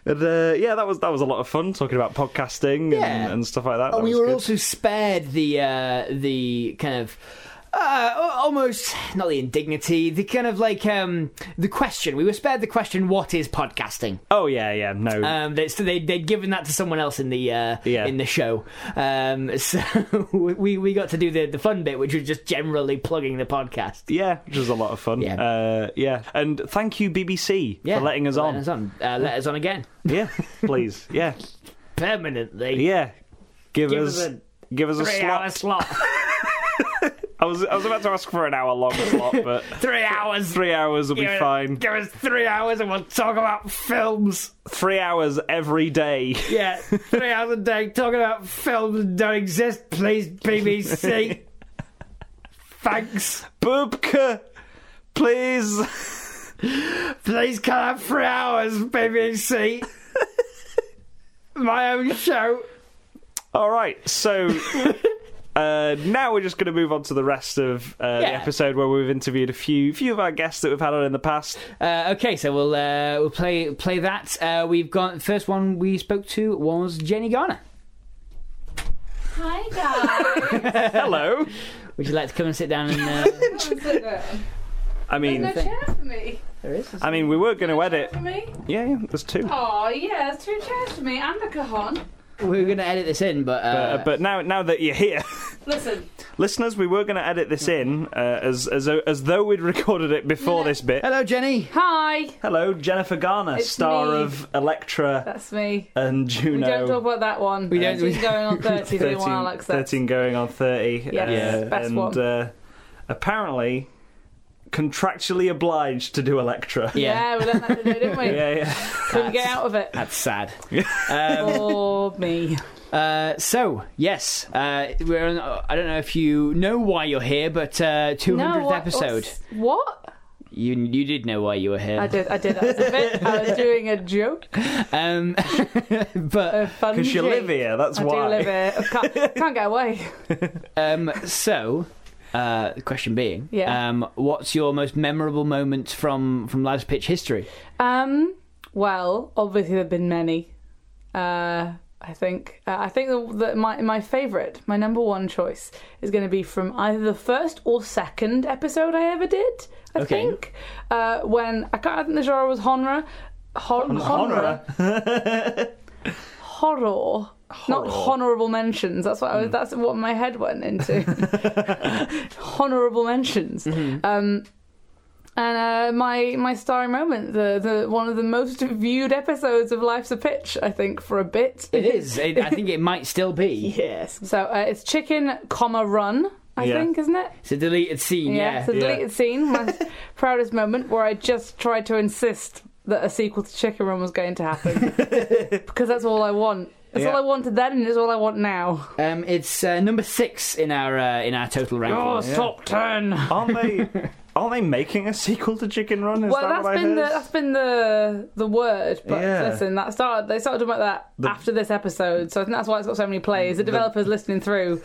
A: uh, yeah, that was that was a lot of fun talking about podcasting
B: Yeah.
A: and, and stuff like that.
B: And
A: That
B: we
A: was
B: were
A: good.
B: also spared the uh, the kind of uh, al- almost not the indignity, the kind of like um, the question. We were spared the question, "What is podcasting?"
A: oh yeah, yeah, no,
B: Um, they, so they they'd given that to someone else in the uh,
A: Yeah.
B: in the show. Um, so we we got to do the the fun bit, which was just generally plugging the podcast.
A: Yeah, which was a lot of fun.
B: Yeah.
A: uh, yeah. And thank you, BBC,
B: Yeah,
A: for letting us on.
B: Uh, let us on again
A: Yeah, please. Yeah,
B: permanently.
A: yeah. Give,
B: Give
A: us,
B: us a
A: give us a
B: Three
A: slot.
B: hour slot.
A: I was I was about to ask for an hour long slot, but
B: Three hours.
A: three hours will be
B: Give us-
A: fine.
B: Give us three hours and we'll talk about films.
A: Three hours every day.
B: Yeah, three hours a day talking about films that don't exist, please, BBC. Thanks.
A: Boobka, please.
B: Please can I have three hours, BBC? My own show.
A: All right, so. Uh, now we're just going to move on to the rest of uh, the
B: Yeah.
A: episode where we've interviewed a few few of our guests that we've had on in the past.
B: Uh, okay, so we'll uh, we'll play play that. Uh, we've got first one we spoke to was Jenny Garner.
K: Hi guys.
A: Hello,
B: Would you like to come and sit down and? Uh...
A: I mean,
K: no chair for me.
B: there is.
A: I mean, we were going to edit.
K: For me?
A: Yeah, yeah, there's two.
K: Oh yeah, there's two chairs for me and a cajon.
B: We were going to edit this in, but, uh,
A: Uh, but now, now that you're here,
K: Listen.
A: listeners, we were going to edit this in uh, as as though- as though we'd recorded it before this bit.
B: hello, Jenny.
K: Hi.
A: Hello, Jennifer Garner,
K: It's
A: star
K: me.
A: of Electra
K: That's me.
A: and
K: We don't talk
A: Juno.
K: about that one.
B: We don't-
K: She's going on 30, the
A: 13,
K: one Alex said.
A: 13 going on 30.
K: Yes, best
A: and
K: one.
A: Uh, apparently, contractually obliged to do Electra.
K: Yeah, we learned that today, didn't we?
A: Yeah, yeah.
K: Couldn't get out of it.
B: That's sad.
K: For me.
B: Uh, so yes, uh, we're on, I don't know if you know why you're here, but uh, 200th
K: what-
B: episode.
K: what's- What?
B: You you did know why you were here.
K: I did, I did. I was, a bit, I was doing a joke.
B: Um,
K: A
B: but
K: fun
A: Because you
K: joke.
A: live here, that's
K: Um, I
A: why.
K: do live here. I can't, can't get away.
B: um, so. Uh, the question being,
K: Yeah.
B: um, what's your most memorable moment from from Live's Pitch history?
K: Um. Well, obviously there've been many. Uh, I think uh, I think the, the, my my favorite, my number one choice is going to be from either the first or second episode I ever did. I
B: Okay.
K: think uh, when I can't. I think the genre was honra, hon, honra, horror. Not honourable mentions. That's what I
A: Hmm.
K: was, that's what my head went into. honourable mentions.
A: Mm-hmm.
K: Um, and uh, my my starring moment, the, the one of the most viewed episodes of Life's a Pitch, I think, for a bit.
B: It is. It, I think it might still be.
K: Yes. So uh, it's chicken, comma run. I
A: Yeah.
K: think, isn't it?
B: It's a deleted scene. Yeah.
K: it's a
A: Yeah.
K: deleted scene. My proudest moment, where I just tried to insist that a sequel to Chicken Run was going to happen, because that's all I want. That's
A: Yeah.
K: all I wanted then, and it's all I want now.
B: Um, it's uh, number six in our uh, in our total ranking.
K: top ten.
A: Aren't they? Aren't they making a sequel to Chicken Run? Is
K: well,
A: that
K: that's
A: what I
K: been the
A: heard?
K: that's been the the word. But
A: Yeah.
K: listen, that started they started talking about that after this episode, so I think that's why it's got so many plays.
A: Mm,
K: The developers listening through,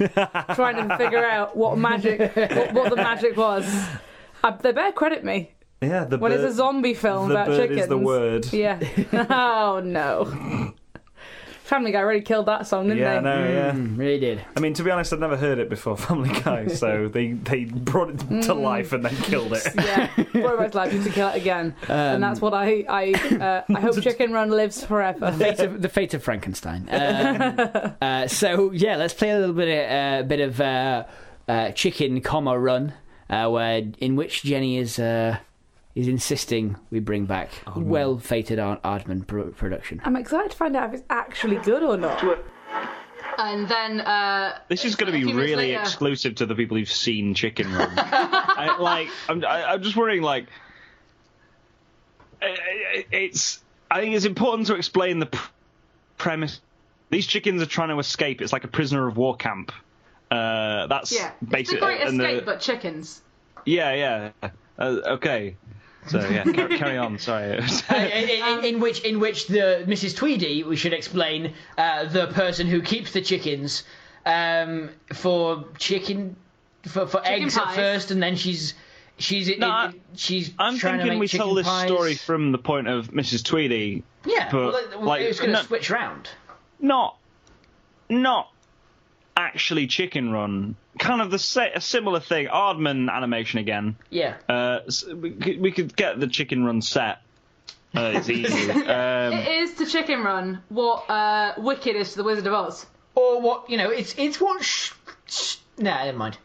K: trying to figure out what magic what, what the magic was. I, they better credit me
A: Yeah, the
K: when
A: bird,
K: it's a zombie film
A: the
K: about
A: bird
K: chickens.
A: is the word.
K: Yeah. oh no. Family Guy really killed that song, didn't
A: Yeah, I
K: they?
A: know, yeah.
B: really did.
A: I mean, to be honest, I'd never heard it before, Family Guy, so they, they brought it to life and then killed it.
K: Yeah, what about life to kill it again? and that's what I I uh, I
A: Um,
K: hope Chicken Run lives forever.
B: Fate of, the fate of Frankenstein. Um, uh, so yeah, let's play a little bit of, uh, bit of uh, uh, chicken comma run, uh, where in which Jenny is uh, is insisting we bring back
M: Oh,
B: well fated Ar- Aardman pro- production.
K: I'm excited to find out if it's actually good or not.
N: and then uh,
A: This is going to
N: A
A: be
N: few minutes
A: really
N: later.
A: exclusive to the people who've seen Chicken Run. I, like, I'm, I, I'm just worrying. Like, I- I- it's. I think it's important to explain the pr- premise. These chickens are trying to escape. It's like a prisoner of war camp. Uh, that's
N: yeah, it's the
A: basically.
N: Great
A: and the-
N: Escape, but chickens.
A: Yeah, yeah. Uh, okay. So yeah, car- carry on. Sorry.
M: Uh, in, in- in which in which the Mrs. Tweedy, we should explain, uh, the person who keeps the chickens um, for chicken for, for
A: Chicken
M: eggs at
A: pies.
M: first, and then she's she's in- she's
A: I'm
M: trying to
A: thinking
M: make
A: we
M: chicken
A: tell this
M: pies.
A: story from the point of Mrs. Tweedy.
M: Yeah,
A: but
M: well, it- well,
A: like
M: it's going to
A: no-
M: switch round.
A: not not actually Chicken Run. Kind of the sa- a similar thing. Aardman animation again.
M: Yeah.
A: Uh, s we, could, we could get the Chicken Run set. Uh, it's easy.
N: it
A: um,
N: is to Chicken Run what uh, Wicked is to The Wizard of Oz.
M: Or what you know, it's it's what. Sh- sh- nah, never mind.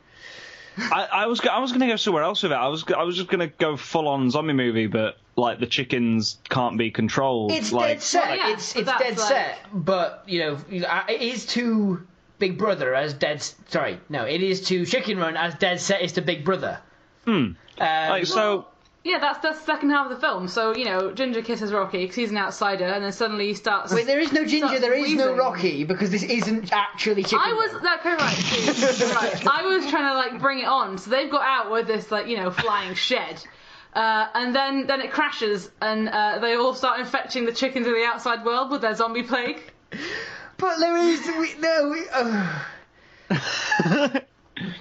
A: I, I was go- I was gonna go somewhere else with it. I was go- I was just gonna go full on zombie movie, but like the chickens can't be controlled.
M: It's
A: like,
M: dead set.
A: like-
M: it's it's
N: that's
M: dead
N: like-
M: set. But you know, uh, it is to Big Brother as dead. Sorry, no, it is to Chicken Run as dead set is to Big Brother.
A: Hmm.
M: Um,
A: Like, so
N: Yeah, that's the second half of the film. So you know, Ginger kisses Rocky because he's an outsider, and then suddenly he starts.
M: Wait, there is no Ginger.
N: starts
M: There is no
N: wheezing.
M: Rocky because this isn't actually Chicken.
N: I was no, okay, right, see, right. I was trying to like bring it on. So they've got out with this like you know flying shed, uh, and then then it crashes, and uh, they all start infecting the chickens of the outside world with their zombie plague.
M: But there is we, no. We, uh...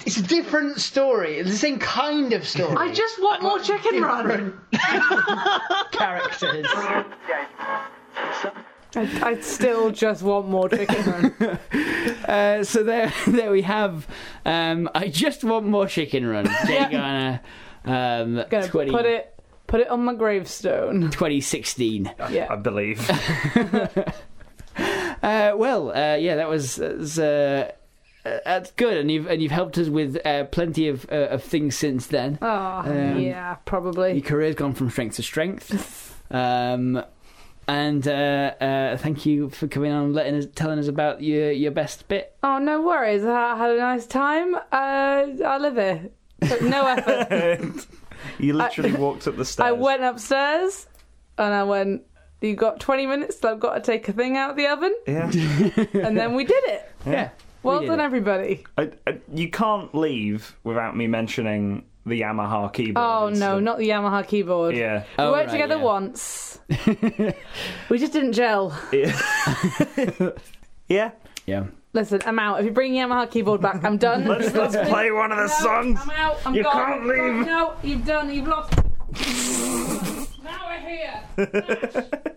M: it's a different story. It's the same kind of story.
N: I just want more Chicken Run.
M: Different characters.
J: I, I still just want more chicken run. uh, so there, there we have.
B: Um, I just want more chicken run. Jay Garner, um,
J: Gonna
B: 20,
J: put it, put it on my gravestone.
B: 2016.
J: Yeah. I
K: believe.
B: uh, well, uh, yeah, that was, that was, uh, uh, that's good, and you've and you've helped us with uh, plenty of uh, of things since then.
J: Oh,
B: Um,
J: yeah, probably.
B: Your career's gone from strength to strength. Um, and uh, uh, thank you for coming on, and letting us, telling us about your your best bit.
J: Oh, no worries. I had a nice time. Uh, I live here. Took no effort.
K: you literally walked up the stairs.
J: I went upstairs and I went, You got 20 minutes till I've got to take a thing out of the oven.
K: Yeah.
J: and then we did it.
K: Yeah.
J: Well
K: We did
J: done,
K: it.
J: everybody.
K: I, I, you can't leave without me mentioning the Yamaha keyboard.
J: Oh, no, not the Yamaha keyboard.
K: Yeah.
J: We worked together once. we just didn't gel.
K: Yeah.
B: Yeah.
J: Listen, I'm out. If you bring Yamaha keyboard back, I'm done.
K: Let's- let's play one of the
J: I'm out,
K: songs.
J: I'm out. I'm
K: You
J: gone.
K: can't
J: I'm gone.
K: leave.
J: No, you've done. You've lost. now we're here.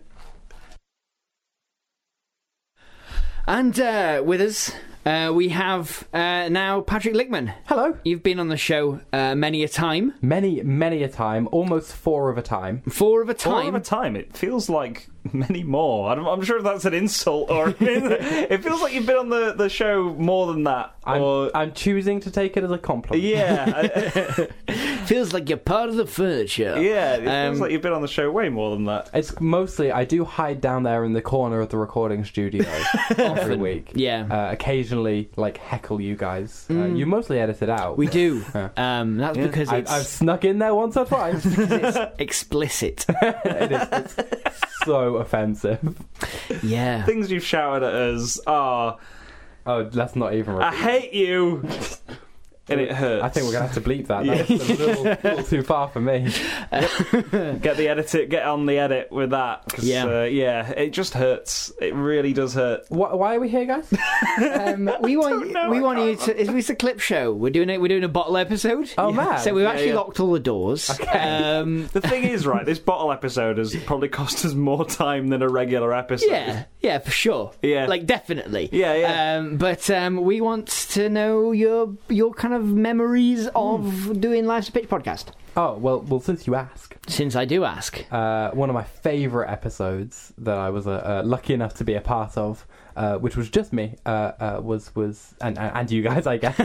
B: And uh, with us, uh, we have uh, now Patrick Lickman.
E: Hello.
B: You've been on the show uh, many a time.
E: Many, many a time. Almost four of a time.
B: Four of a
K: All of a time. It feels like many more. I'm, I'm sure if that's an insult or it feels like you've been on the, the show more than that.
E: I'm, I'm choosing to take it as a compliment.
K: Yeah.
B: feels like you're part of the furniture.
K: Yeah, it feels
E: Um,
K: like you've been on the show way more than that.
E: It's mostly I do hide down there in the corner of the recording studio every week.
B: Yeah.
E: Uh, occasionally, like heckle you guys. Uh,
B: Mm.
E: you mostly edit it out.
B: We do. Um, that's
E: uh, Yeah.
B: because
E: I-
B: it's
E: I've snuck in there once or twice.
B: explicit.
E: so offensive.
B: Yeah.
K: Things you've shouted at us are.
E: Oh, that's not even.
K: I hate you! and it hurts.
E: I think we're gonna have to bleep that.
K: Yeah.
E: That's a little, little too far for me.
K: get the edit, get on the edit with that. 'cause,
E: Yeah.
K: uh, yeah, it just hurts. It really does hurt.
E: Why, why are we here, guys?
B: um, we want we want you to. It's, it's a clip show. We're doing it. We're doing a bottle episode.
K: Oh,
B: Yeah.
K: man.
B: So we've
K: Yeah,
B: actually
K: yeah.
B: locked all the doors. Um,
K: the thing is, right, this bottle episode has probably cost us more time than a regular episode.
B: Yeah, yeah, for sure.
K: Yeah.
B: Like definitely.
K: Yeah, yeah.
B: Um, but um, we want to know your your kind of memories of doing Life's a Pitch podcast.
E: Hmm. Oh well, well since you ask,
B: since I do ask,
E: uh, one of my favourite episodes that I was uh, uh, lucky enough to be a part of, uh, which was just me, uh, uh, was was and and and you guys, I guess.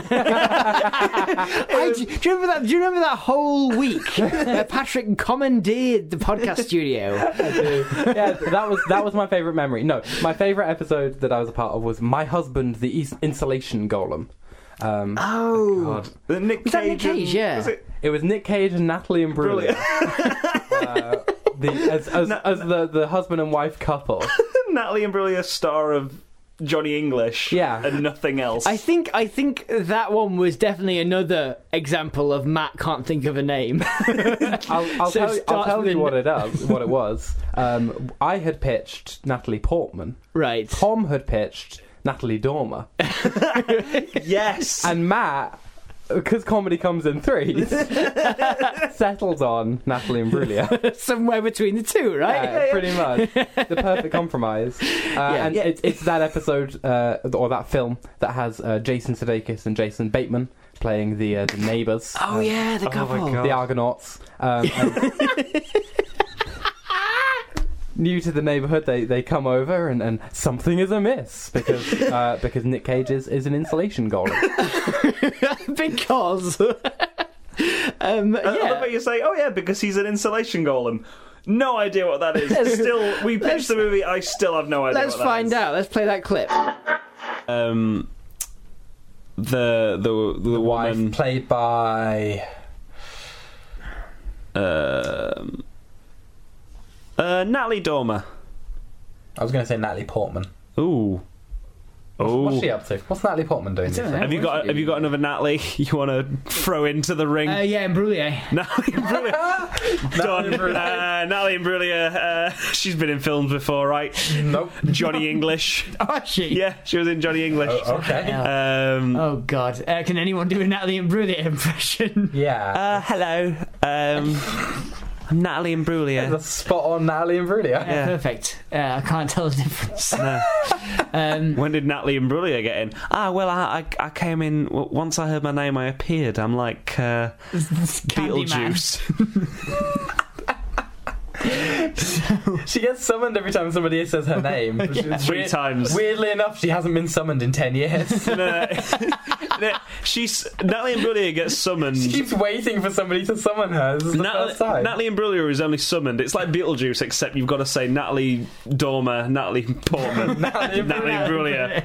B: I, do you remember that? Do you remember that whole week that Patrick commandeered the podcast studio?
E: I do. Yeah, that was that was my favorite memory. No, my favorite episode that I was a part of was my husband, the East insulation golem. Um,
B: oh,
O: the Nick
E: was
O: that Nick Cage and- Cage? Yeah. was
E: it?
O: it-
E: was Nick Cage and Natalie and Brulia. uh, the, as as, as the, the husband and wife couple.
O: Natalie and Brulia, star of Johnny English, yeah, and nothing else.
K: Uh,
B: I think I think that one was definitely another example of Matt can't think of a name.
E: I'll, I'll
B: So
E: tell, you- I'll
B: start
E: tell
B: with
E: you
B: a-
E: what it is, what it was. Um, I had pitched Natalie Portman.
B: Right.
E: Tom had pitched Natalie Dormer.
O: yes.
E: And Matt, because comedy comes in threes, settled on Natalie and Brulia.
B: Somewhere between the two, right?
E: Yeah, pretty much. The perfect compromise. Uh, And
B: Yeah.
E: It's, it's that episode, uh, or that film, that has uh, Jason Sudeikis and Jason Bateman playing the, uh, the neighbours.
B: Oh,
E: Uh,
B: yeah, the Oh, my couple. God.
E: The Argonauts. Um, and- New to the neighborhood, they, they come over and, and something is amiss because uh, because Nick Cage is, is an insulation golem.
B: because. um,
O: I love how you say, "Oh yeah," because he's an insulation golem. No idea what that
B: Let's-
O: is. still, we
B: let's-
O: pitched the movie. I still have no idea.
B: Let's
O: what that
B: find out. Let's play that clip.
A: Um, the the the, woman
E: played by.
A: Um, uh, Natalie Dormer.
E: I was going to say Natalie Portman.
A: Ooh. Oh.
E: What's she up to? What's Natalie Portman doing? these days?
A: Have you got Have you got another Natalie you want to throw into the ring?
B: Uh, yeah, Imbrulier.
A: Natalie Imbruglia. Done. Uh, Natalie Imbruglia. Uh, she's been in films before, right?
E: Nope.
A: Johnny English.
B: oh, she?
A: Yeah, she was in Johnny English.
E: Oh, okay.
A: Um,
B: oh God! Uh, can anyone do a Natalie Imbruglia impression?
A: Uh,
E: Yeah.
A: hello. Um, I'm Natalie Imbruglia.
E: That's spot on Natalie Imbruglia.
B: Yeah, perfect. Uh, I can't tell the difference. Um,
A: when did Natalie Imbruglia get in? Ah, well, I, I, I came in w- once I heard my name. I appeared. I'm like uh, Beetlejuice.
E: She gets summoned every time somebody says her name. Which is
A: Three
E: weird-
A: times.
E: Weirdly enough, she hasn't been summoned in ten years.
A: No, no, no. She's Natalie Imbruglia gets summoned.
E: she keeps waiting for somebody to summon her. This is the
A: Natalie,
E: first time.
A: Natalie Imbruglia is only summoned. It's like Beetlejuice, except you've got to say Natalie Dormer, Natalie Portman, Natalie Imbruglia.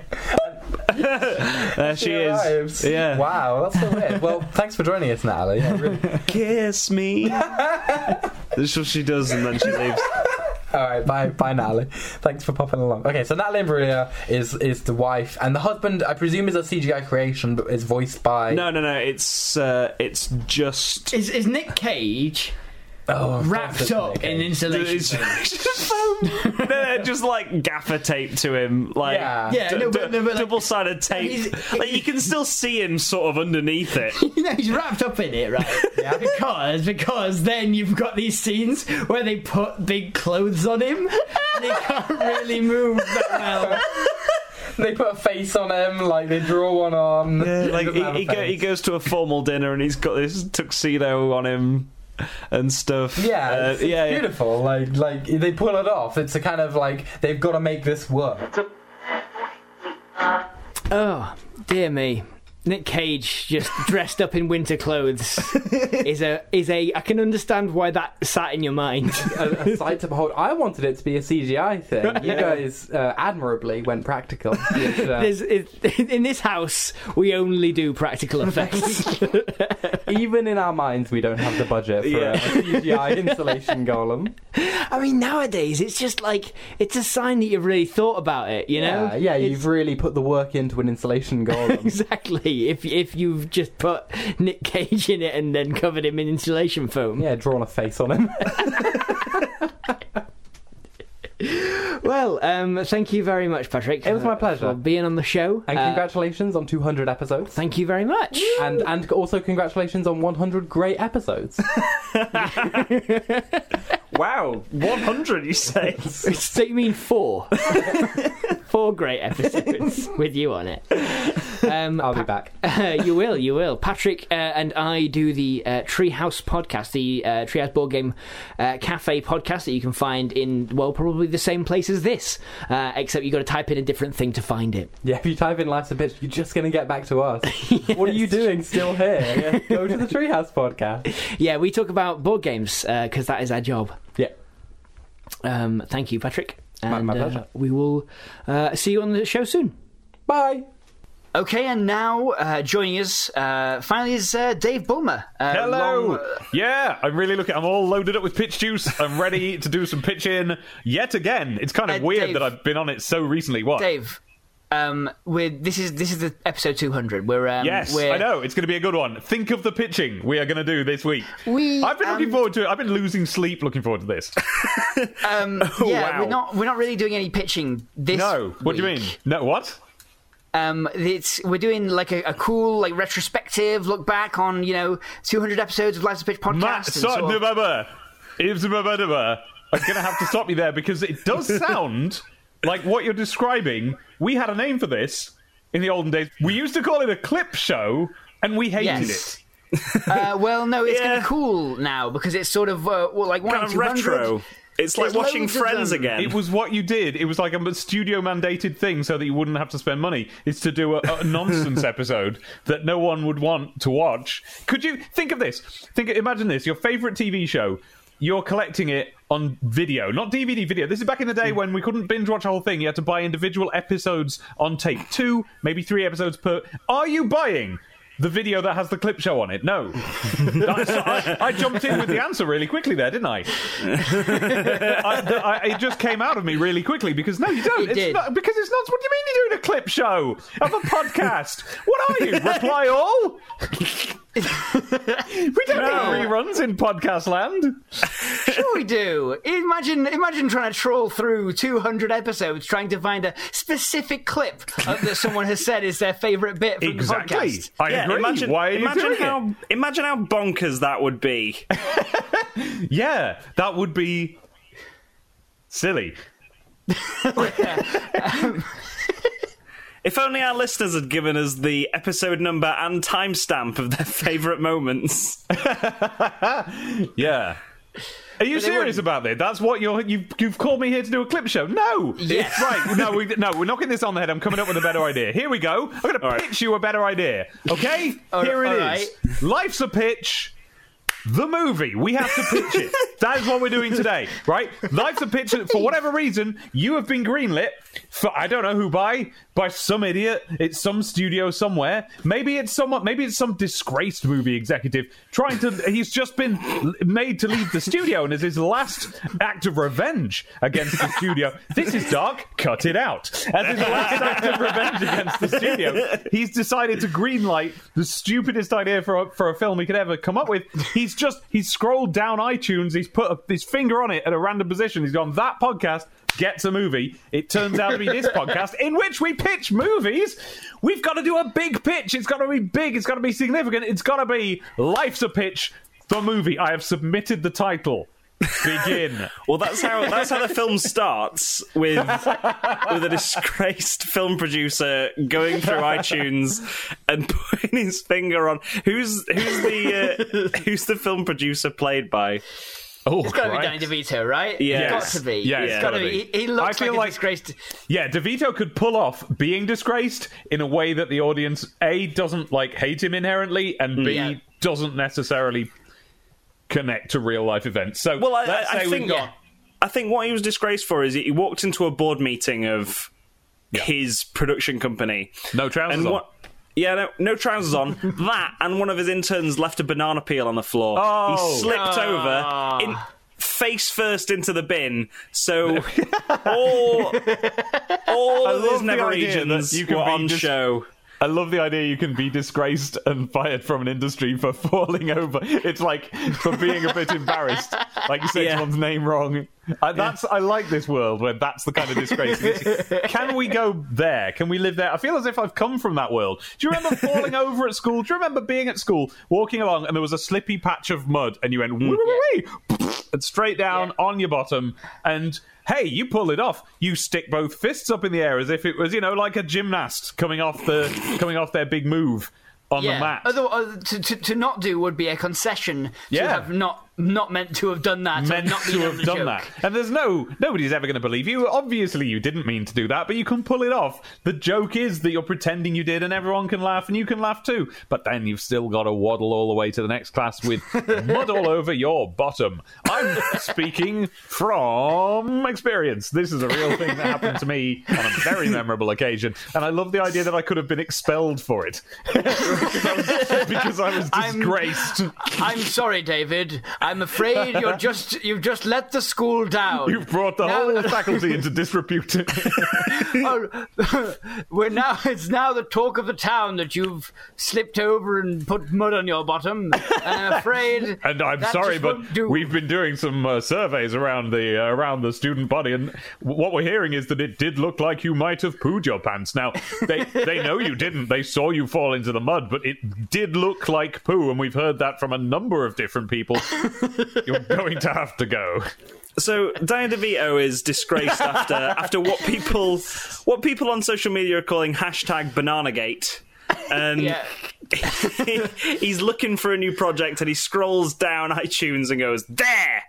A: there she, is.
E: arrives.
A: Yeah.
E: Wow, that's so weird. Well, thanks for joining us, Natalie. Yeah, really-
A: Kiss me. That's what she does, and then she leaves.
E: All right, bye, bye, Natalie. Thanks for popping along. Okay, so Natalie Imbruglia is is the wife, and the husband, I presume, is a CGI creation, but is voiced by.
A: No, no, no. It's uh, it's just
B: Is, is Nick Cage
E: Oh, of course
B: wrapped
E: it's
B: up
E: Nick
B: in
E: Cage.
B: insulation?
A: It's just, no, no, just like gaffer tape to him, like
E: Yeah.
B: Yeah, no, but- no, but, like-
A: double sided tape.
B: He's-
A: Like you can still see him sort of underneath it.
B: you know he's wrapped up in it, right?
E: Yeah.
B: Because because then you've got these scenes where they put big clothes on him and he can't really move that well.
E: They put a face on him, like they draw one on.
A: Yeah, like
E: doesn't have a
A: he, he, go,
E: face.
A: he goes to a formal dinner and he's got this tuxedo on him and stuff.
E: Yeah,
A: Uh,
E: it's, it's
A: yeah, yeah.
E: beautiful. Like, like they pull it off. It's a kind of like they've got to make this work.
B: Oh dear me. Nick Cage just dressed up in winter clothes is a is a I can understand why that sat in your mind.
E: a, a sight to behold. I wanted it to be a CGI thing. You guys uh, admirably went practical. Which, uh,
B: There's, it, in this house, we only do practical effects.
E: even in our minds, we don't have the budget for
A: Yeah.
E: a CGI insulation golem.
B: I mean, nowadays it's just like it's a sign that you've really thought about it. You know?
E: Uh, Yeah, yeah,
B: It's-
E: you've really put the work into an insulation golem.
B: Exactly. If if you've just put Nick Cage in it and then covered him in insulation foam.
E: yeah, drawn a face on him.
B: Well, um, thank you very much, Patrick. It
E: was my pleasure.
B: for being on the show.
E: And
B: Uh,
E: congratulations on 200 episodes.
B: thank you very much.
E: And and also congratulations on 100 great episodes.
O: Wow, 100, you say?
B: so you mean four? four great episodes with you on it. Um, I'll
P: be back.
B: you will, you will. Patrick uh, and I do the uh, Treehouse podcast, the uh, Treehouse Board Game uh, Cafe podcast that you can find in, well, probably the same place as this, uh, except you've got to type in a different thing to find it.
P: Yeah, if you type in "life's a bitch," you're just gonna get back to us. what are you doing still here? Yeah, go to the Treehouse podcast.
B: Yeah, we talk about board games because that is our job.
P: Yeah.
B: Um, thank you, Patrick.
P: My- my
B: And, uh,
P: pleasure.
B: we will uh, see you on the show soon.
P: Bye.
B: Okay, and now uh, joining us uh, finally is uh, Dave Bulmer. Uh,
G: Hello.
B: long-
G: Yeah, I'm really looking. I'm all loaded up with pitch juice. I'm ready to do some pitching yet again. It's kind of
B: Uh,
G: weird
B: Dave.
G: that I've been on it so recently. What?
B: Dave, um, we're, this is this is the episode 200. We're um,
G: yes,
B: we're,
G: I know it's going to be a good one. Think of the pitching we are going to do this week.
B: We,
G: I've been looking forward to it. I've been losing sleep looking forward to this.
B: Um, yeah, we're not we're not really doing any pitching this.
G: no, what do you
B: week.
G: mean? No, what?
B: Um, it's we're doing like a, a cool like retrospective look back on you know 200 episodes of Life's a Pitch podcast.
G: Matt
B: and sort of-
G: Sotnababa. Ibsababadaba. I'm going to have to stop you there because it does sound like what you're describing. We had a name for this in the olden days. We used to call it a clip show, and we hated
B: Yes.
G: it.
B: uh, well, no, it's going to be cool now because it's sort of uh, well, like one
G: Kind
B: in
G: of
B: 200.
G: retro.
A: It's
B: like There's watching loads of Friends them. again.
G: It was what you did. It was like a studio mandated thing, so that you wouldn't have to spend money. Is to do a, a nonsense episode that no one would want to watch. Could you think of this? Think, imagine this: your favorite TV show. You're collecting it on video, not DVD video. This is back in the day when we couldn't binge watch a whole thing. You had to buy individual episodes on tape, two, maybe three episodes per. Are you buying the video that has the clip show on it? No. I, I jumped in with the answer really quickly there, didn't I? I, th- I, it just came out of me really quickly because no, you don't.
B: It
G: it's
B: did.
G: not because it's not. What do you mean you're doing a clip show of a podcast? what are you? Reply all. we don't
B: No.
G: need reruns in podcast land.
B: sure we do. Imagine, imagine trying to troll through 200 episodes trying to find a specific clip of, that someone has said is their favourite bit from the podcast.
A: Yeah, Imagine, imagine how imagine how bonkers that would be.
G: yeah, that would be silly.
A: If only our listeners had given us the episode number and timestamp of their favourite moments.
G: yeah.
A: But they
G: Are you serious
A: wouldn't.
G: about this? That's what you're you've, you've called me here to do a clip show? No.
A: Yes.
G: Right. No. We, no. We're knocking this on the head. I'm coming up with a better idea. Here we go. I'm going to pitch you a better idea. Okay.
B: All-
G: here it
B: all
G: is.
B: right.
G: Life's a pitch. The movie. We have to pitch it. that is what we're doing today, right? Life's a pitch. For whatever reason, you have been greenlit for I don't know who by by some idiot. It's some studio somewhere. Maybe it's someone. Maybe it's some disgraced movie executive trying to. He's just been l- made to leave the studio and is his last act of revenge against the studio. This is dark. Cut it out. As his last act of revenge against the studio, he's decided to greenlight the stupidest idea for a, for a film he could ever come up with. He's just he's scrolled down iTunes, he's put a, his finger on it at a random position. He's gone that podcast gets a movie. It turns out to be this podcast in which we pitch movies. We've got to do a big pitch. It's got to be big. It's got to be significant. It's got to be life's a pitch. The movie. I have submitted the title. Begin.
A: well, that's how that's how the film starts with with a disgraced film producer going through iTunes and putting his finger on who's who's the uh, who's the film producer played by.
G: Oh,
B: It's got to be Danny DeVito, right?
A: Yes.
B: It's got to be.
A: Yeah,
B: it's
A: it's
B: got to
A: gotta
B: be.
A: be.
B: He, he looks
A: I feel
B: like,
A: like-
B: a disgraced.
G: Yeah, DeVito could pull off being disgraced in a way that the audience A doesn't like hate him inherently and B
A: Yeah.
G: doesn't necessarily connect to real life events. So
A: Well, I,
G: let's
A: I, I
G: say
A: think
G: we've got
A: I think what he was disgraced for is he walked into a board meeting of his production company.
G: No trousers
A: and
G: on.
A: what- Yeah, no, no trousers on. that and one of his interns left a banana peel on the floor.
G: Oh.
A: he slipped
G: Ah.
A: over in face first into the bin. So all all of his
G: the idea that
A: Never-Regions were
G: be
A: on
G: dis-
A: show.
G: I love the idea you can be disgraced and fired from an industry for falling over. It's like for being a bit embarrassed, like you said someone's name wrong. I, that's I like this world where that's the kind of disgrace. it is. can we go there? Can we live there? I feel as if I've come from that world. Do you remember falling over at school? Do you remember being at school, walking along, and there was a slippy patch of mud, and you went, "Wee, wee, wee, wee." and straight down on your bottom. And hey, you pull it off. You stick both fists up in the air as if it was, you know, like a gymnast coming off the coming off their big move on
B: yeah.
G: the mat.
B: Other, other- to, to, to not do would be a concession. To
G: Yeah.
B: have not not meant to have done that. or
G: meant
B: not
G: to have done that. And there's no nobody's ever going to believe you. Obviously, you didn't mean to do that, but you can pull it off. The joke is that you're pretending you did, and everyone can laugh, and you can laugh too. But then you've still got to waddle all the way to the next class with mud all over your bottom. I'm speaking from experience. This is a real thing that happened to me on a very memorable occasion, and I love the idea that I could have been expelled for it because I was disgraced.
B: I'm sorry, David. I'm afraid you're just you've just let the school down.
G: You've brought the whole faculty into disrepute.
B: Oh, we're now it's now the talk of the town that you've slipped over and put mud on your bottom. And I'm afraid.
G: And I'm
B: that
G: sorry,
B: just won't
G: but
B: do.
G: we've been doing some uh, surveys around the uh, around the student body, and w- what we're hearing is that it did look like you might have pooed your pants. Now they they know you didn't; they saw you fall into the mud, but it did look like poo, and we've heard that from a number of different people. You're going to have to go.
A: So Diana DeVito is disgraced after after what people what people on social media are calling hashtag bananagate. And he's looking for a new project and he scrolls down iTunes and goes, There!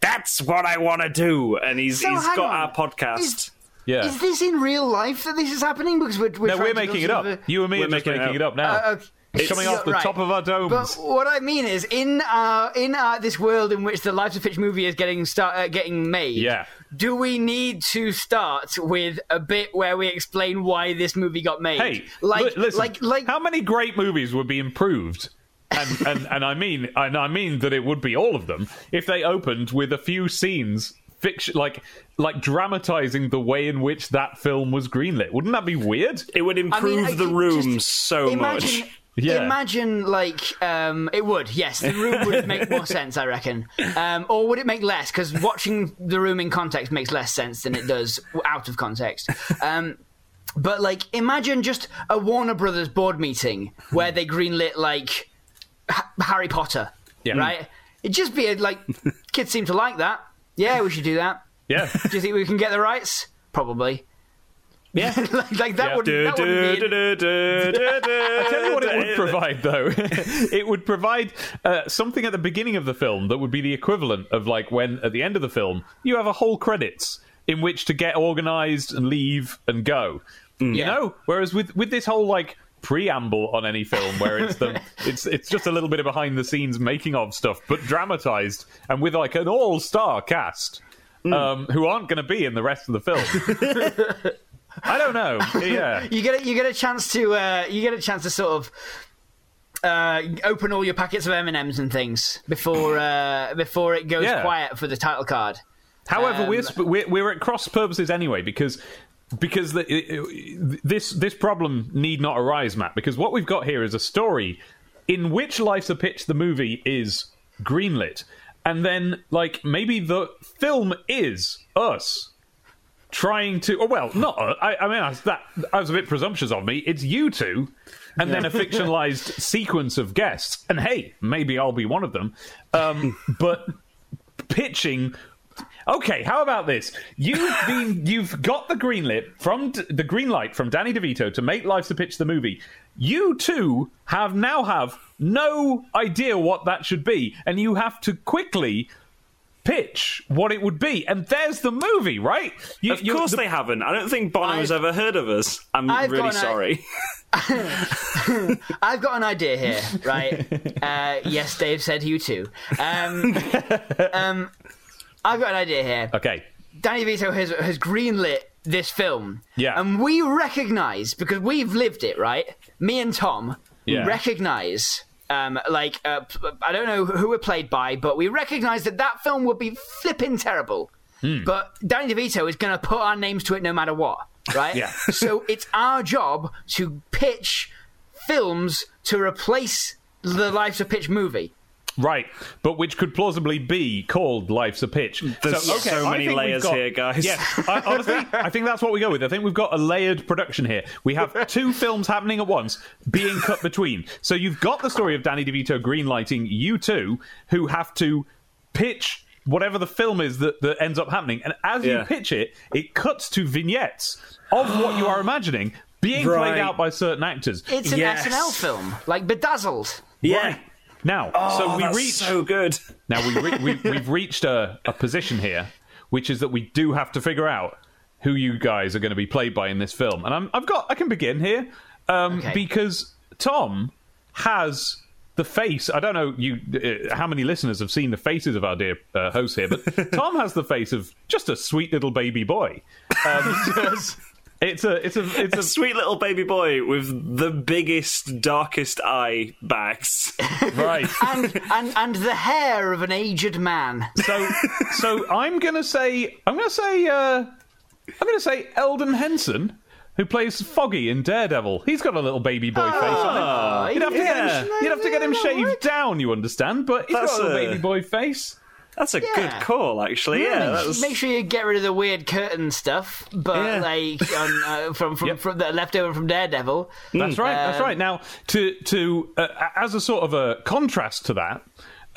A: That's what I wanna do and he's
B: So
A: he's
B: hang
A: got
B: on.
A: our podcast.
B: Is-
G: Yeah.
B: Is this in real life that this is happening? Because we're, we're
G: no,
B: trying to
G: we're
B: go
G: making it
B: to
G: up.
B: the-
G: You and me are just making, it up, now.
B: Uh, okay.
G: It's coming off the
B: Right.
G: top of our domes.
B: But what I mean is, in our in our this world in which the Lives of Pitch movie is getting start uh, getting made,
G: Yeah.
B: do we need to start with a bit where we explain why this movie got made?
G: Hey,
B: like
G: li- listen,
B: like like
G: how many great movies would be improved? And, and and I mean and I mean that it would be all of them if they opened with a few scenes fiction like like dramatizing the way in which that film was greenlit. Wouldn't that be weird?
A: It would
B: improve I the can- room
A: so
B: imagine.
G: Yeah.
B: Imagine like um, it would. Yes, the room would make more sense, I reckon. Um, or would it make less? Because watching the room in context makes less sense than it does out of context. Um, but like, imagine just a Warner Brothers board meeting where they greenlit like H- Harry Potter.
G: Yeah.
B: Right. It'd just be a, like kids seem to like that. Yeah, we should do that.
G: Yeah.
B: Do you think we can get the rights? Probably.
A: Yeah.
B: like, like that
G: Yeah.
B: would that would be.
G: I tell you what it would provide, though. it would provide uh, something at the beginning of the film that would be the equivalent of like when at the end of the film you have a whole credits in which to get organized and leave and go. You know, whereas with with this whole like preamble on any film where it's the it's it's just a little bit of behind the scenes making of stuff but dramatized and with like an all-star cast um who aren't going to be in the rest of the film i don't know yeah
B: you get a, you get a chance to uh, you get a chance to sort of uh, open all your packets of M and M's and things before uh, before it goes
G: Yeah.
B: quiet for the title card.
G: However,
B: Um,
G: we're, sp- we're we're at cross purposes anyway because because the, it- it- this this problem need not arise, Matt. Because what we've got here is a story in which Life's a Pitch, the movie, is greenlit, and then like maybe the film is us trying to. Oh well, not. uh, I, I mean, I, that that was a bit presumptuous of me. It's you two, and then a fictionalized sequence of guests. And hey, maybe I'll be one of them. Um, but pitching. Okay, how about this? You've been, you've got the green lit from D- the green light from Danny DeVito to make Life's a Pitch the movie. You two have now have no idea what that should be, and you have to quickly pitch what it would be. And there's the movie, right? You,
A: of course they haven't. I uh, don't think Bono has ever heard of us. I'm
B: I've
A: really
B: got an-
A: sorry.
B: I've got an idea here, right? uh, yes, Dave said you too. Um, um, I've got an idea here.
G: Okay.
B: Danny DeVito has has greenlit this film.
G: Yeah.
B: And we recognize because we've lived it, right? Me and Tom
G: Yeah.
B: recognize um, like uh, p- I don't know who we're played by, but we recognize that that film would be flipping terrible.
G: Hmm.
B: But Danny DeVito is going to put our names to it no matter what, right?
G: Yeah.
B: so it's our job to pitch films to replace the Life's a Pitch movie.
G: Right, but which could plausibly be called "Life's a Pitch."
A: There's so
G: I
A: many
G: think we've
A: layers here, guys.
G: Yes, I, honestly, I think that's what we go with. I think we've got a layered production here. We have two films happening at once, being cut between. So you've got the story of Danny DeVito greenlighting you two, who have to pitch whatever the film is that, that ends up happening. And as you
Q: Yeah.
G: pitch it, it cuts to vignettes of what you are imagining being
B: Right.
G: played out by certain actors.
B: It's an SNL film, like Bedazzled.
G: Yeah. Now,
B: Oh,
G: so we
B: that's
G: reach
B: so
A: good.
G: Now we, re- we we've reached a, a position here, which is that we do have to figure out who you guys are going to be played by in this film. And I'm, I've got I can begin here um, because Tom has the face. I don't know you uh, how many listeners have seen the faces of our dear uh, hosts here, but Tom has the face of just a sweet little baby boy. Um, it's a it's a it's
A: a sweet little baby boy with the biggest, darkest eye bags.
G: Right.
B: and, and and the hair of an aged man.
G: So so I'm gonna say I'm gonna say uh, I'm gonna say Eldon Henson, who plays Foggy in Daredevil. He's got a little baby boy face
A: Ah,
G: on him. You'd have to
A: Oh, yeah.
G: get him, you'd have to get him shaved down, you understand? But he's
A: That's
G: got a little
A: a-
G: baby boy face.
A: That's a
B: Yeah.
A: good call, actually. Yeah,
B: make,
A: that was-
B: make sure you get rid of the weird curtain stuff, but
A: Yeah.
B: like on, uh, from from, from the leftover from Daredevil.
A: Hmm.
G: That's right. that's
B: Um,
G: right. Now, to to uh, as a sort of a contrast to that,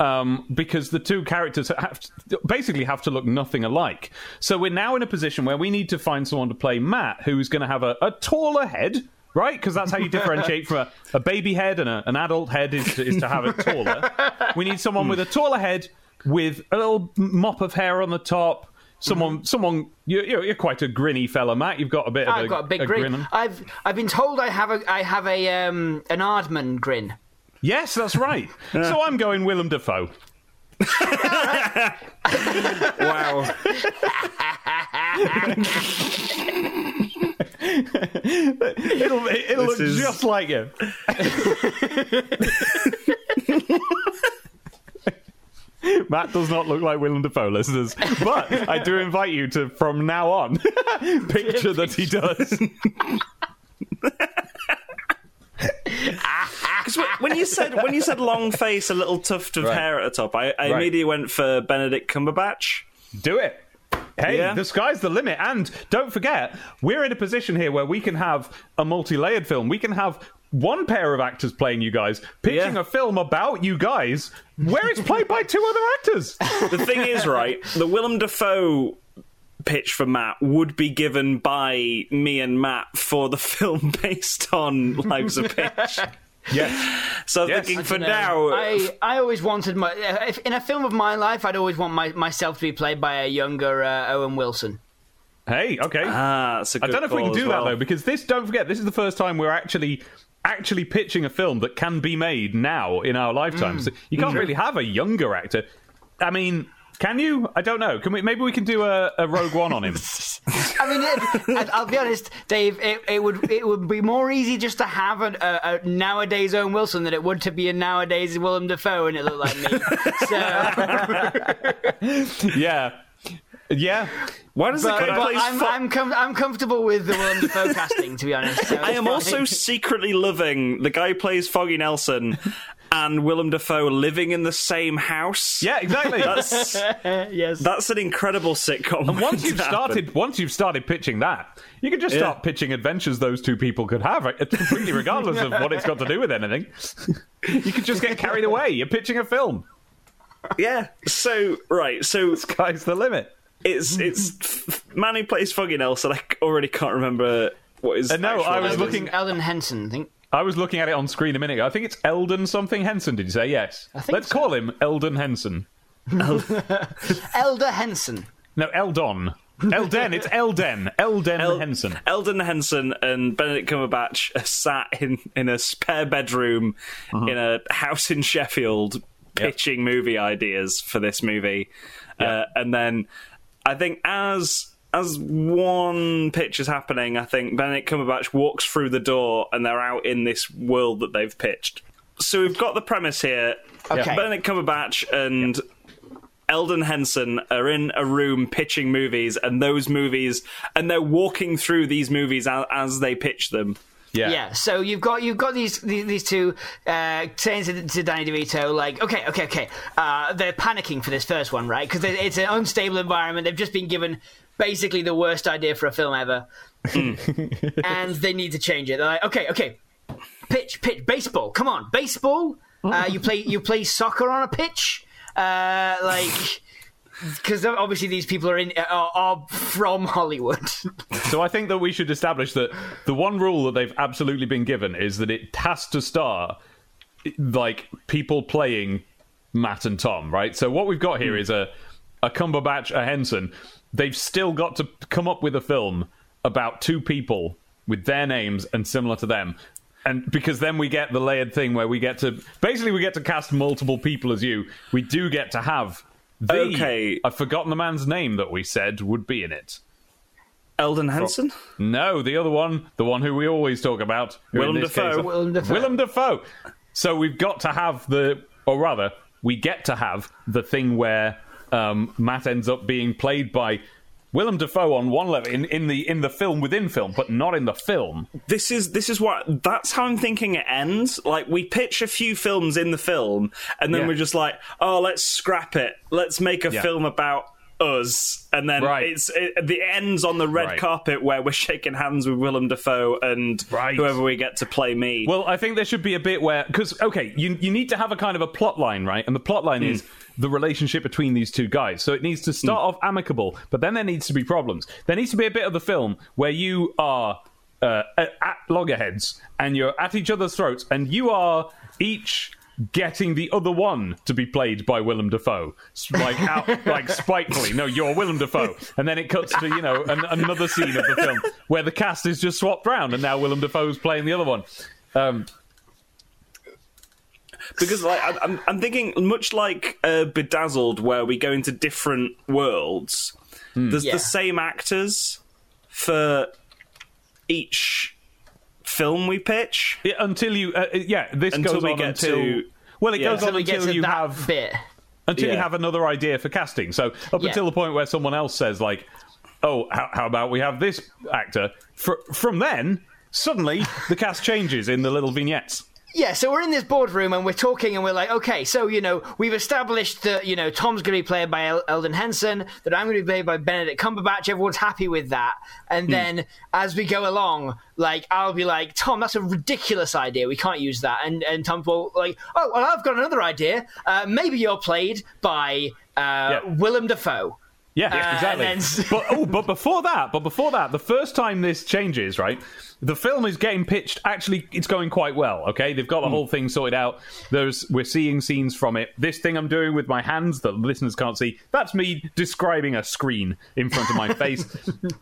G: um, because the two characters have to, basically have to look nothing alike. So we're now in a position where we need to find someone to play Matt, who's going to have a, a taller head. Right, because that's how you differentiate from a, a baby head and a, an adult head is to, is to have it taller. we need someone with a taller head, with a little mop of hair on the top. Someone, someone, you're, you're you're quite a grinny fella, Matt. You've got a bit of
B: Mm-hmm. I've got a big grin.
G: grin on-
B: I've I've been told I have a I have a um an Aardman grin.
G: Yes, that's right. So I'm going Willem Dafoe. wow. it'll it'll
A: This
G: look
A: is-
G: just like him. Matt does not look like Willem Dafoe, listeners. But I do invite you to, from now on, picture that he does.
A: Because when you said when you said long face, a little tuft of hair at the top, I, I
G: Right.
A: immediately went for Benedict Cumberbatch.
G: Do it. Hey,
A: Yeah.
G: the sky's the limit. And don't forget, we're in a position here where we can have a multi layered film. We can have one pair of actors playing you guys, pitching a film about you guys, where it's played by two other actors.
A: The thing is, right, the Willem Dafoe pitch for Matt would be given by me and Matt for the film based on Lives of Pitch.
G: yes.
A: So I'm thinking for
B: No,
A: now,
B: Um, I, I always wanted my if, in a film of my life, I'd always want my, myself to be played by a younger uh, Owen Wilson.
G: Hey, okay.
A: Ah, that's a
G: I
A: good
G: don't know if we
A: call
G: can
A: as
G: do
A: well.
G: that though, because this. Don't forget, this is the first time we're actually actually pitching a film that can be made now in our lifetimes.
Q: Mm.
G: You can't
Q: True.
G: really have a younger actor. I mean, can you? I don't know. Can we? Maybe we can do a, a Rogue One on him.
B: I mean, it, I- I'll be honest, Dave. It, it would it would be more easy just to have an, a, a nowadays Owen Wilson than it would to be a nowadays Willem Dafoe, and it looked like me.
G: yeah. Yeah. Why
B: but, but I'm, I'm, com- I'm comfortable with the Willem Dafoe casting, to be honest. so
A: I
B: it's
A: am
B: fine.
A: also secretly loving the guy who plays Foggy Nelson and Willem Dafoe living in the same house.
G: Yeah, exactly.
A: That's
B: yes.
A: that's an incredible sitcom.
G: And once
A: to
G: you've
A: happen.
G: started, once you've started pitching that, you can just
A: Yeah.
G: start pitching adventures those two people could have, right? completely regardless of what it's got to do with anything. You could just get carried away. You're pitching a film.
A: Yeah. So right. So
G: sky's the limit.
A: It's it's f- man who plays Foggy Nelson. I c- already can't remember what is.
G: Uh, no, I was looking-
B: Eldon Henson. I think.
G: I was looking at it on screen a minute ago. I think it's Eldon something Henson. Did you say yes? Let's call him Eldon Henson.
B: Elder Henson.
G: No, Eldon. Elden. It's Elden. Elden Henson.
A: Eldon Henson and Benedict Cumberbatch are sat in in a spare bedroom
G: Uh-huh.
A: in a house in Sheffield pitching movie ideas for this movie, uh, and then I think as. As one pitch is happening, I think Benedict Cumberbatch walks through the door and they're out in this world that they've pitched. So we've got the premise here.
B: Okay.
A: Benedict Cumberbatch and Eldon Henson are in a room pitching movies, and those movies, and they're walking through these movies as, as they pitch them.
G: Yeah.
B: So you've got you've got these these, these two uh, saying to, to Danny DeVito like, okay, okay, okay. Uh, they're panicking for this first one, right? Because it's an unstable environment. They've just been given basically the worst idea for a film ever,
G: Hmm.
B: and they need to change it. They're like, okay, okay, pitch, pitch, baseball. Come on, baseball. Uh, you play you play soccer on a pitch. Uh, like because obviously these people are in are, are from Hollywood.
G: So I think that we should establish that the one rule that they've absolutely been given is that it has to star like people playing Matt and Tom, right? So what we've got here is a a Cumberbatch, a Henson. They've still got to come up with a film about two people with their names and similar to them. And because then we get the layered thing where we get to basically we get to cast multiple people as you. We do get to have the
A: Okay.
G: I've forgotten the man's name that we said would be in it.
A: Eldon Henson?
G: No, the other one, the one who we always talk about. who in
A: Willem
G: this
A: Dafoe.
G: case-
A: Willem Dafoe.
G: Willem Dafoe. So we've got to have the, or rather, we get to have the thing where um, Matt ends up being played by Willem Dafoe on one level in, in the in the film within film, but not in the film.
A: This is this is what that's how I'm thinking it ends. Like we pitch a few films in the film, and then
G: Yeah.
A: we're just like, oh, let's scrap it. Let's make a
G: Yeah.
A: film about us, and then
G: Right.
A: it's it, the ends on the red
G: Right.
A: carpet where we're shaking hands with Willem Dafoe and whoever we get to play me.
G: Well, I think there should be a bit where because okay, you you need to have a kind of a plot line, right? And the plot line is the relationship between these two guys. So it needs to start off amicable, but then there needs to be problems. There needs to be a bit of the film where you are uh, at, at loggerheads and you're at each other's throats, and you are each. Getting the other one to be played by Willem Dafoe, S- like out, like spitefully. No, you're Willem Dafoe, and then it cuts to you know an, another scene of the film where the cast is just swapped round, and now Willem Dafoe's playing the other one. Um,
A: because like I- I'm, I'm thinking much like uh, Bedazzled, where we go into different worlds. There's
G: Yeah.
A: the same actors for each film we pitch.
G: Yeah, until you, uh, yeah, this
A: Until
G: goes
A: we
G: on
A: get
G: until
A: to-
G: well, it
A: yeah.
G: goes on
A: Until we get
G: until
A: to
G: you
A: that
G: have bit. until you
A: Yeah.
G: have another idea for casting. So up
A: Yeah.
G: until the point where someone else says like, "Oh, how, how about we have this actor?" Fr- from then, suddenly the cast changes in the little vignettes.
B: Yeah, so we're in this boardroom and we're talking and we're like, okay, so you know we've established that you know Tom's going to be played by El- Eldon Henson, that I'm going to be played by Benedict Cumberbatch. Everyone's happy with that, and
R: Hmm.
B: then as we go along, like I'll be like, Tom, that's a ridiculous idea. We can't use that, and and Tom will like, oh well, I've got another idea. Uh, maybe you're played by uh, Willem Dafoe.
G: Yeah,
B: Uh,
G: exactly.
B: and
G: but oh, but before that, but before that, the first time this changes, right? The film is getting pitched. Actually, it's going quite well. Okay, they've got the whole thing sorted out. There's we're seeing scenes from it. This thing I'm doing with my hands that listeners can't see. That's me describing a screen in front of my face.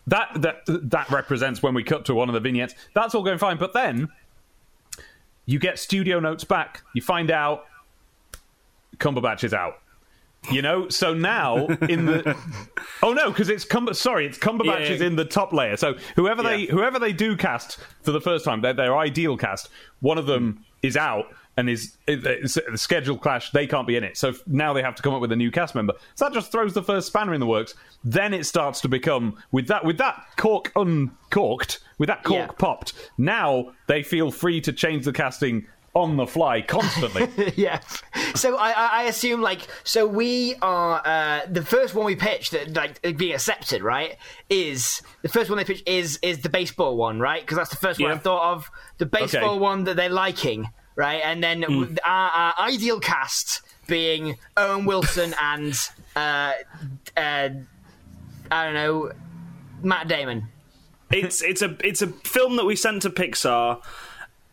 G: that that that represents when we cut to one of the vignettes. That's all going fine. But then you get studio notes back. You find out Cumberbatch is out. You know, so now in the oh no, because it's Cumber. Sorry, it's Cumberbatch
A: Yeah.
G: is in the top layer. So whoever they whoever they do cast for the first time, their their ideal cast, one of them
A: Hmm.
G: is out and is is- the schedule clash. They can't be in it, so f- now they have to come up with a new cast member. So that just throws the first spanner in the works. Then it starts to become with that with that cork uncorked, with that cork popped. Now they feel free to change the casting on the fly constantly.
B: yeah. So I, I, I assume like so we are uh, the first one we pitch that like being accepted right is the first one they pitch is is the baseball one right because that's the first one I
R: Yeah.
B: thought of the baseball
R: Okay. Hmm.
B: one that they're liking right and then w our, our ideal cast being Owen Wilson and uh, uh, I don't know Matt Damon.
A: it's it's a it's a film that we sent to Pixar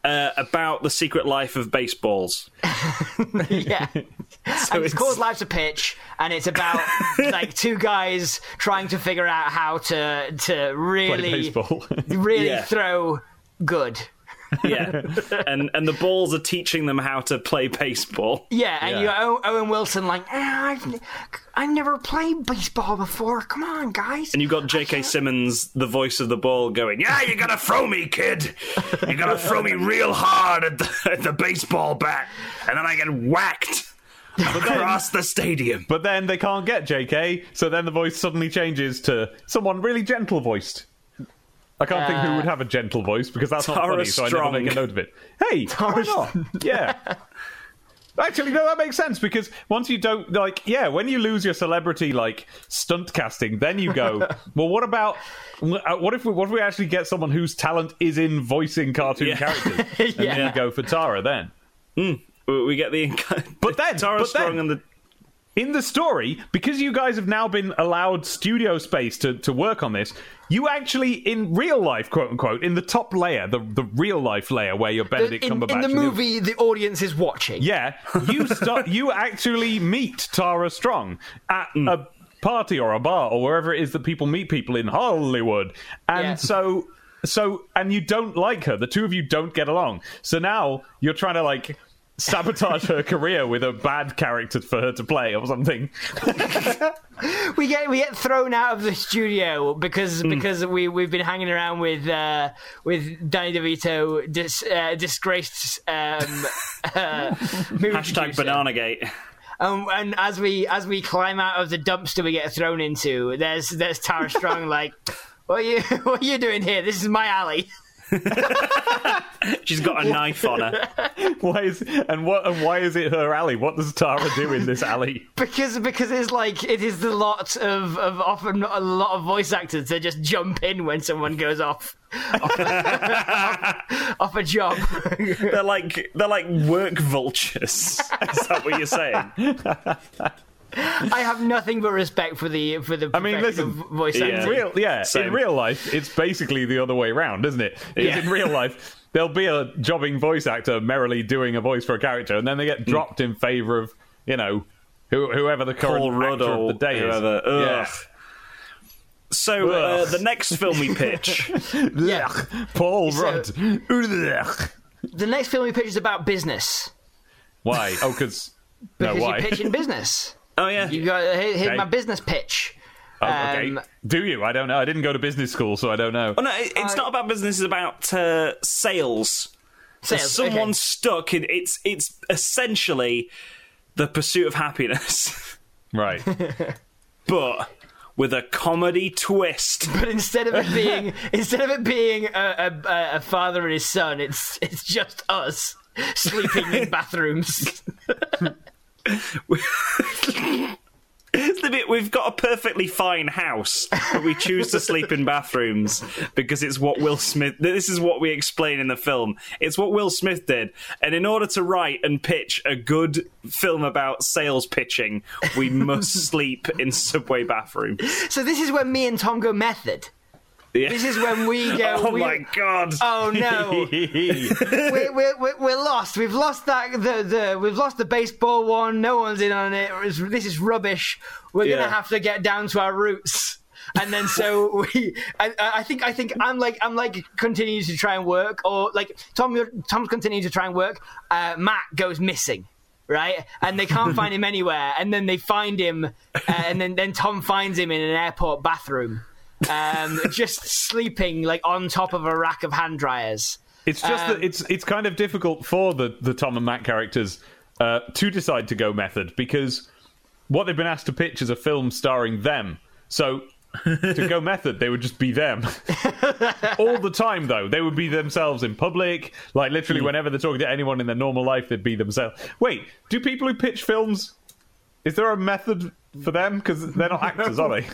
A: uh, about the secret life of baseballs.
B: yeah. and it's,
A: it's-
B: called Life's a Pitch, and it's about like two guys trying to figure out how to to really
G: baseball.
B: really
A: Yeah.
B: throw good.
A: Yeah, and and the balls are teaching them how to play baseball.
B: Yeah, and you you Owen Wilson like ah, I've, n- I've never played baseball before. Come on, guys.
A: And you've got
B: Uh-huh.
A: J.K. Simmons, the voice of the ball, going, Yeah, you're going to throw me, kid. You're going to throw me real hard at the, at the baseball bat. And then I get whacked across the stadium.
G: But then they can't get JK, so then the voice suddenly changes to someone really gentle voiced. I can't think who
A: Uh,
G: would have a gentle voice because that's not
A: Tara
G: funny, so I never
A: Strong.
G: make a note of it. Hey, why not? Yeah. Actually, no, that makes sense because once you don't like, yeah, when you lose your celebrity like stunt casting, then you go, well, what about uh, what if we what if we actually get someone whose talent is in voicing cartoon characters, and then
A: Yeah.
G: you go for Tara then.
A: Hmm. We we get the.
G: But then,
A: Tara
G: but
A: Strong
G: then,
A: and the.
G: in the story, because you guys have now been allowed studio space to, to work on this, you actually, in real life, quote unquote, in the top layer, the, the real life layer where you're Benedict
B: in,
G: Cumberbatch.
B: in the
G: and you're-
B: movie, the audience is watching.
G: yeah, you start. you actually meet Tara Strong at
B: Mm.
G: a party or a bar or wherever it is that people meet people in Hollywood, and so so and you don't like her. The two of you don't get along. So now you're trying to like sabotage her career with a bad character for her to play or something.
B: we get we get thrown out of the studio because because we we've been hanging around with uh, with Danny DeVito, dis, uh, disgraced um, uh, movie
A: Hashtag
B: producer.
A: Bananagate.
B: Um, and as we as we climb out of the dumpster we get thrown into, there's there's Tara Strong like, what are you what are you doing here? This is my alley.
A: She's got a knife on her.
G: why is and what and why is it her alley? What does Tara do in this alley?
B: Because because it's like it is the lot of, of often a lot of voice actors to just jump in when someone goes off off, off a job.
A: They're like they're like work vultures. Is that what you're saying?
B: I have nothing but respect for the for the. I mean, listen, voice acting.
G: Real, yeah, in
B: Same.
G: real life, it's basically the other way around, isn't it? It's
B: Yeah.
G: In real life, there'll be a jobbing voice actor merrily doing a voice for a character, and then they
A: Mm.
G: get dropped in favor of you know who, whoever the current
A: Paul Rudd
G: actor of
A: or
G: the day
A: whoever.
G: is.
A: Ugh.
G: Yeah.
A: So uh, the next film we pitch,
B: yeah,
G: Paul
B: So-
G: Rudd. Ugh.
B: The next film we pitch is about business
G: Why? Oh, because no,
B: because
G: why?
B: you pitch in business.
A: oh yeah,
B: you got here, here's
G: Okay.
B: my business pitch.
G: Oh, okay.
B: Um,
G: Do you? I don't know. I didn't go to business school, so I don't know.
A: Oh no, it- it's not about business. It's about uh, sales. There's
B: Sales,
A: someone stuck in it's it's essentially the pursuit of happiness,
G: right?
A: but with a comedy twist.
B: But instead of it being instead of it being a, a- a, a father and his son, it's it's just us sleeping in bathrooms.
A: It's the bit we've got a perfectly fine house, but we choose to sleep in bathrooms because it's what Will Smith. This is what we explain in the film. It's what Will Smith did, and in order to write and pitch a good film about sales pitching, we must sleep in subway bathrooms.
B: So this is when me and Tom go method.
A: Yeah.
B: This is when we go.
A: Oh
B: we-
A: my god!
B: Oh no! we're, we're, we're, we're lost. We've lost that. The, the we've lost the baseball one. No one's in on it. It's- This is rubbish. We're
A: Yeah.
B: gonna have to get down to our roots. And then so we, I, I think I think I'm like I'm like continuing to try and work, or like Tom you're- Tom's continuing to try and work. Uh, Matt goes missing. Right, and they can't find him anywhere, and then they find him, uh, and then, then Tom finds him in an airport bathroom, um, just sleeping like on top of a rack of hand dryers.
G: It's just
B: Um,
G: that it's it's kind of difficult for the the Tom and Matt characters uh, to decide to go method because what they've been asked to pitch is a film starring them. So to go method, they would just be them all the time. Though they would be themselves in public, like literally whenever they're talking to anyone in their normal life, they'd be themselves. Wait, do people who pitch films? Is there a method for them? Because they're not actors, are they?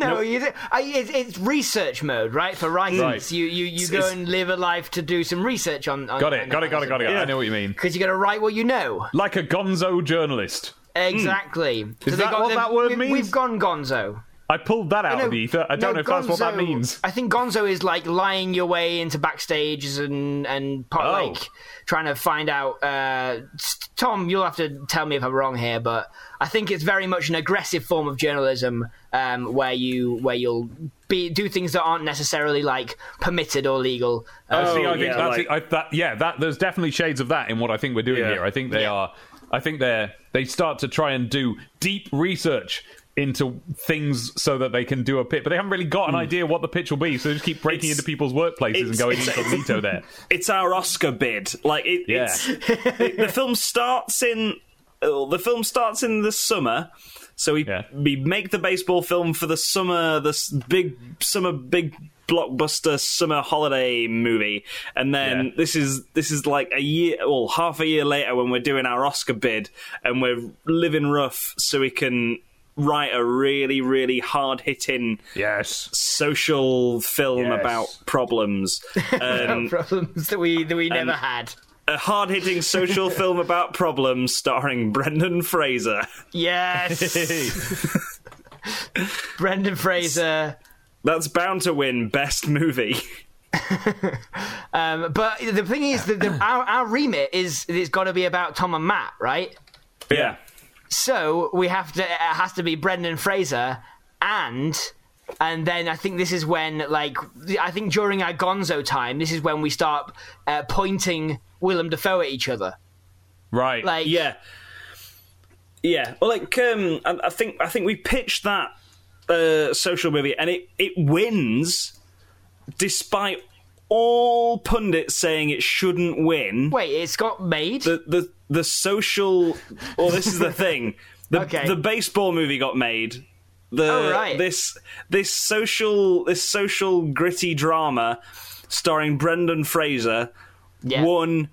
B: No, you do, I, it's, it's research mode, right? For writers,
G: Right.
B: you you, you
G: It's-
B: go
G: it's-
B: and live a life to do some research on. on
G: Got it, got it, got it, got it. I know what you mean.
B: Because you got to write what you know.
G: Like a gonzo journalist.
B: Exactly.
G: Mm.
B: So
G: Is
B: they
G: that
B: got-
G: what
B: they've-
G: that word
B: we-
G: means?
B: We've gone gonzo.
G: I pulled that out
B: No,
G: of the ether. I don't
B: no,
G: know if that's what that
B: gonzo-
G: means.
B: I think gonzo is like lying your way into backstages and and po-
G: Oh.
B: like trying to find out. Uh, s- Tom, you'll have to tell me if I'm wrong here, but I think it's very much an aggressive form of journalism um, where you where you'll be do things that aren't necessarily like permitted or legal.
G: Oh, see, I think
B: yeah,
G: that's it. I, that, yeah, that there's definitely shades of that in what I think we're doing here. I think they are. I think they're they start to try and do deep research into things so that they can do a pitch, but they haven't really got an idea what the pitch will be. So they just keep breaking into people's workplaces and going incognito there.
A: It's our Oscar bid. Like it,
G: Yeah.
A: it's it- the film starts in oh, the film starts in the summer. So we we make the baseball film for the summer, this big summer big blockbuster summer holiday movie, and then this is this is like a year, well half a year later when we're doing our Oscar bid and we're living rough, so we can write a really really hard hitting
G: yes social
A: film
B: Yes.
A: about problems. Um,
B: problems that we that we never had.
A: a hard hitting social film about problems starring Brendan Fraser.
B: Yes. Brendan Fraser.
A: That's bound to win Best Movie.
B: Um, but the thing is that the, our, our remit is it's got to be about Tom and Matt, right?
A: Yeah.
B: So we have to. It has to be Brendan Fraser and. And then I think this is when, like, I think during our Gonzo time, this is when we start uh, pointing Willem Dafoe at each other.
G: Right.
B: Like,
A: yeah. Yeah, well, like um, I, I think I think we pitched that uh, social movie, and it it wins despite all pundits saying it shouldn't win.
B: Wait, it's got made.
A: The the the social. Well, this is the thing. The
B: Okay.
A: the baseball movie got made. The
B: Oh, right.
A: this this social this social gritty drama starring Brendan Fraser won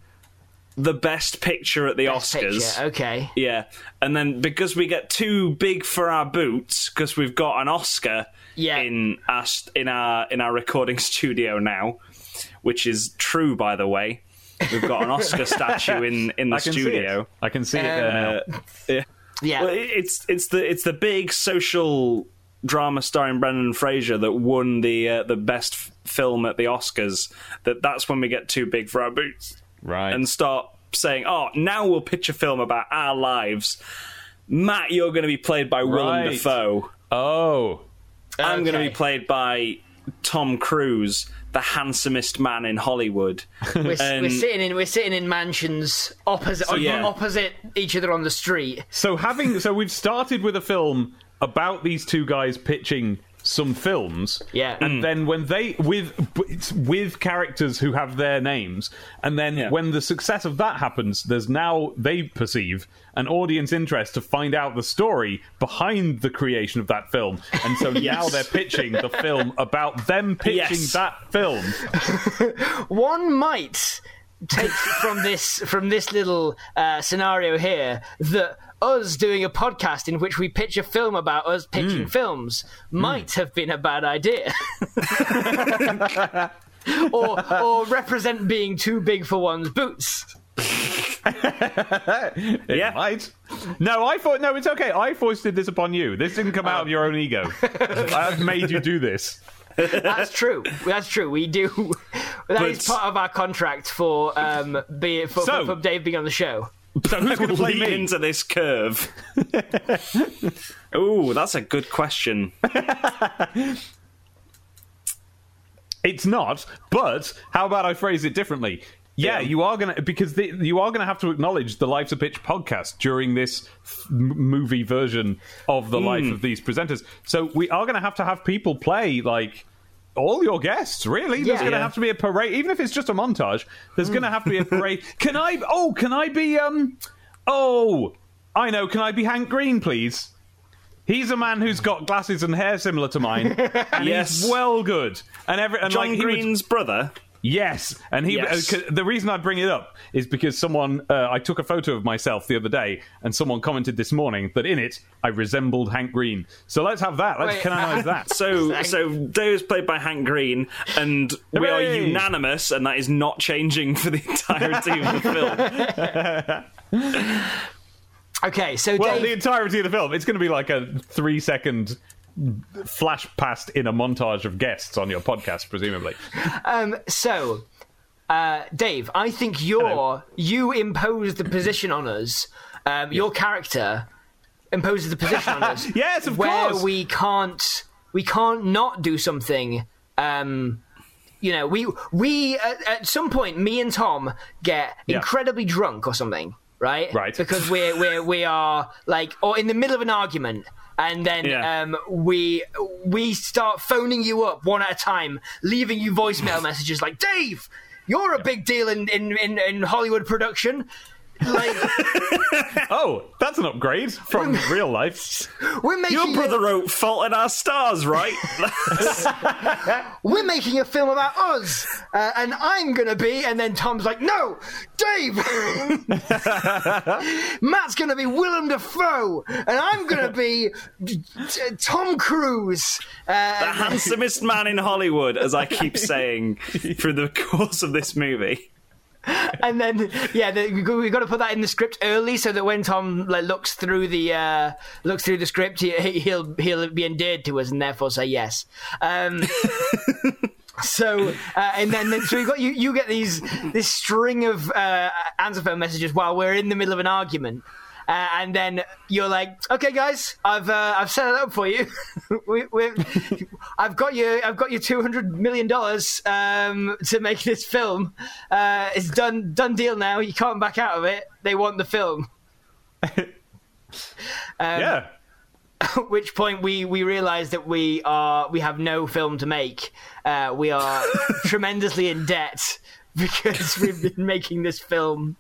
A: the best picture at the Oscars.
B: Picture, Okay.
A: Yeah, and then because we get too big for our boots, because we've got an Oscar in our st- in our in our recording studio now, which is true, by the way. We've got an Oscar statue in in the
G: I can see
A: studio.
G: it. I can see it there now.
A: Uh, yeah.
B: Yeah.
A: Well, it- it's it's the it's the big social drama starring Brendan Fraser that won the uh, the best f- film at the Oscars. That that's when we get too big for our boots,
G: right?
A: And start saying, "Oh, now we'll pitch a film about our lives." Matt, you're going to be played by Willem
G: Right.
A: Dafoe.
G: Oh,
A: I'm going to be played by Tom Cruise, the handsomest man in Hollywood.
B: We're, we're
A: And-
B: sitting in we're sitting in mansions opposite
A: Um, So, yeah.
B: opposite each other on the street.
G: So having so we've started with a film about these two guys pitching some films.
B: Yeah.
G: And then when they with it's with characters who have their names and then when the success of that happens there's now they perceive an audience interest to find out the story behind the creation of that film. And so now
A: Yes.
G: they're pitching the film about them pitching
B: Yes.
G: that film.
B: One might take from this from this little uh, scenario here that us doing a podcast in which we pitch a film about us pitching
G: Hmm.
B: films might have been a bad idea. or or represent being too big for one's boots.
G: It yeah. might. No, I thought no, it's okay. I foisted this upon you. This didn't come out of your own ego. I've made you do this.
B: That's true. That's true. We do. That is
G: But-
B: part of our contract for um be for,
A: So-
B: for, for Dave being on the show.
G: So who's going to
A: play me into this curve? Ooh, that's a good question.
G: It's not, but how about I phrase it differently? Yeah, you are gonna because the, you are gonna have to acknowledge the Life's a Pitch podcast during this f- m- movie version of the life of these presenters. So we are gonna have to have people play like all your guests. Really, there's
B: Yeah.
G: gonna
B: Yeah.
G: have to be a parade, even if it's just a montage. There's gonna have to be a parade. can I? Oh, can I be? Um, oh, I know. Can I be Hank Green, please? He's a man who's got glasses and hair similar to mine. And
A: Yes.
G: he's well good. And every and
A: John
G: like, he would-
A: Green's brother.
G: Yes, and he.
A: Yes.
G: uh, 'cause the reason I bring it up is because someone. Uh, I took a photo of myself the other day, and someone commented this morning that in it I resembled Hank Green. So let's have that. Let's canonize that.
A: So, so Dave's played by Hank Green, and we are
G: Hooray!
A: unanimous, and that is not changing for the entirety of the film.
B: Okay, so
G: well,
B: Dave-
G: the entirety of the film. It's going to be like a three-second flash past in a montage of guests on your podcast, presumably.
B: Um, so, uh, Dave, I think you're you impose the position on us. Um, Your character imposes the position on us.
G: yes, of
B: where
G: course.
B: we can't we can't not do something. Um, you know, we we at, at some point, me and Tom get incredibly drunk or something, right?
G: Right.
B: Because we're we're we are like, or in the middle of an argument, and then
G: Yeah.
B: um, we we start phoning you up one at a time, leaving you voicemail messages like, Dave, you're a big deal in in, in, in Hollywood production. Like
G: oh, that's an upgrade from real life.
B: we're making
A: Your brother wrote "Fault in Our Stars," right?
B: we're making a film about us, uh, and I'm gonna be. And then Tom's like, "No, Dave, Matt's gonna be Willem Dafoe, and I'm gonna be t- t- Tom Cruise." Uh,
A: the handsomest man in Hollywood, as I keep saying through the course of this movie.
B: and then yeah, the, we've got to put that in the script early so that when Tom like, looks through the uh, looks through the script, he, he'll he'll be endeared to us and therefore say yes. Um, So uh, and then, then so you got you you get these this string of uh, answer phone messages while we're in the middle of an argument. Uh, and then you're like, okay, guys, I've uh, I've set it up for you. we, we I've got you. I've got you two hundred million dollars um, to make this film. Uh, it's done done deal now. You can't back out of it. They want the film. um,
G: yeah.
B: At which point we we realize that we are we have no film to make. Uh, we are tremendously in debt because we've been making this film,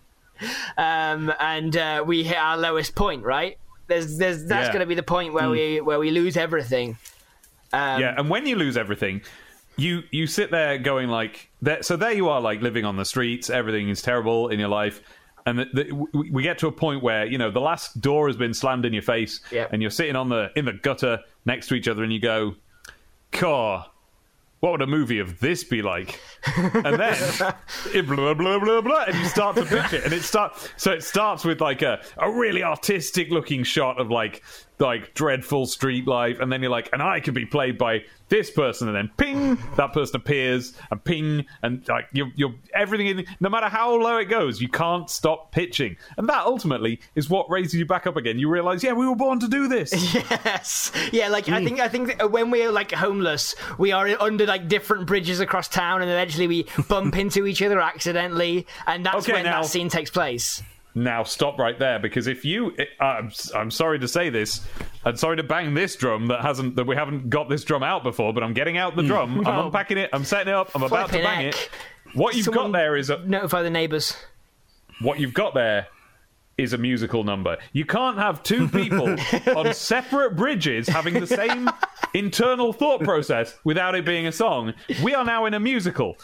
B: um, and uh, we hit our lowest point. Right? There's there's that's
G: Yeah.
B: going to be the point where
G: Mm.
B: we where we lose everything. Um,
G: yeah, and when you lose everything, you you sit there going like, there, so there you are, like living on the streets. Everything is terrible in your life, and the, the, w- we get to a point where you know the last door has been slammed in your face,
B: Yep.
G: and you're sitting on the in the gutter next to each other, and you go, "Car, what would a movie of this be like?" And then it blah blah blah blah, and you start to pitch it, and it starts. So it starts with like a a really artistic looking shot of like like dreadful street life, and then you're like, and I could be played by this person, and then ping, that person appears, and ping, and like you're you're everything in. No matter how low it goes, you can't stop pitching, and that ultimately is what raises you back up again. You realize, yeah, we were born to do this.
B: Yes. Yeah, like
G: Mm.
B: I think I think that when we're like homeless, we are under like different bridges across town, and eventually we bump into each other accidentally, and that's
G: Okay,
B: when
G: now-
B: that scene takes place.
G: Now stop right there because if you, uh, I'm, I'm sorry to say this, I'm sorry to bang this drum that hasn't that we haven't got this drum out before, but I'm getting out the drum, I'm
B: Well,
G: unpacking it, I'm setting it up, I'm about to
B: flipping
G: bang
B: heck.
G: it. What you've got there is a,
B: notify the neighbours.
G: What you've got there is a musical number. You can't have two people on separate bridges having the same internal thought process without it being a song. We are now in a musical.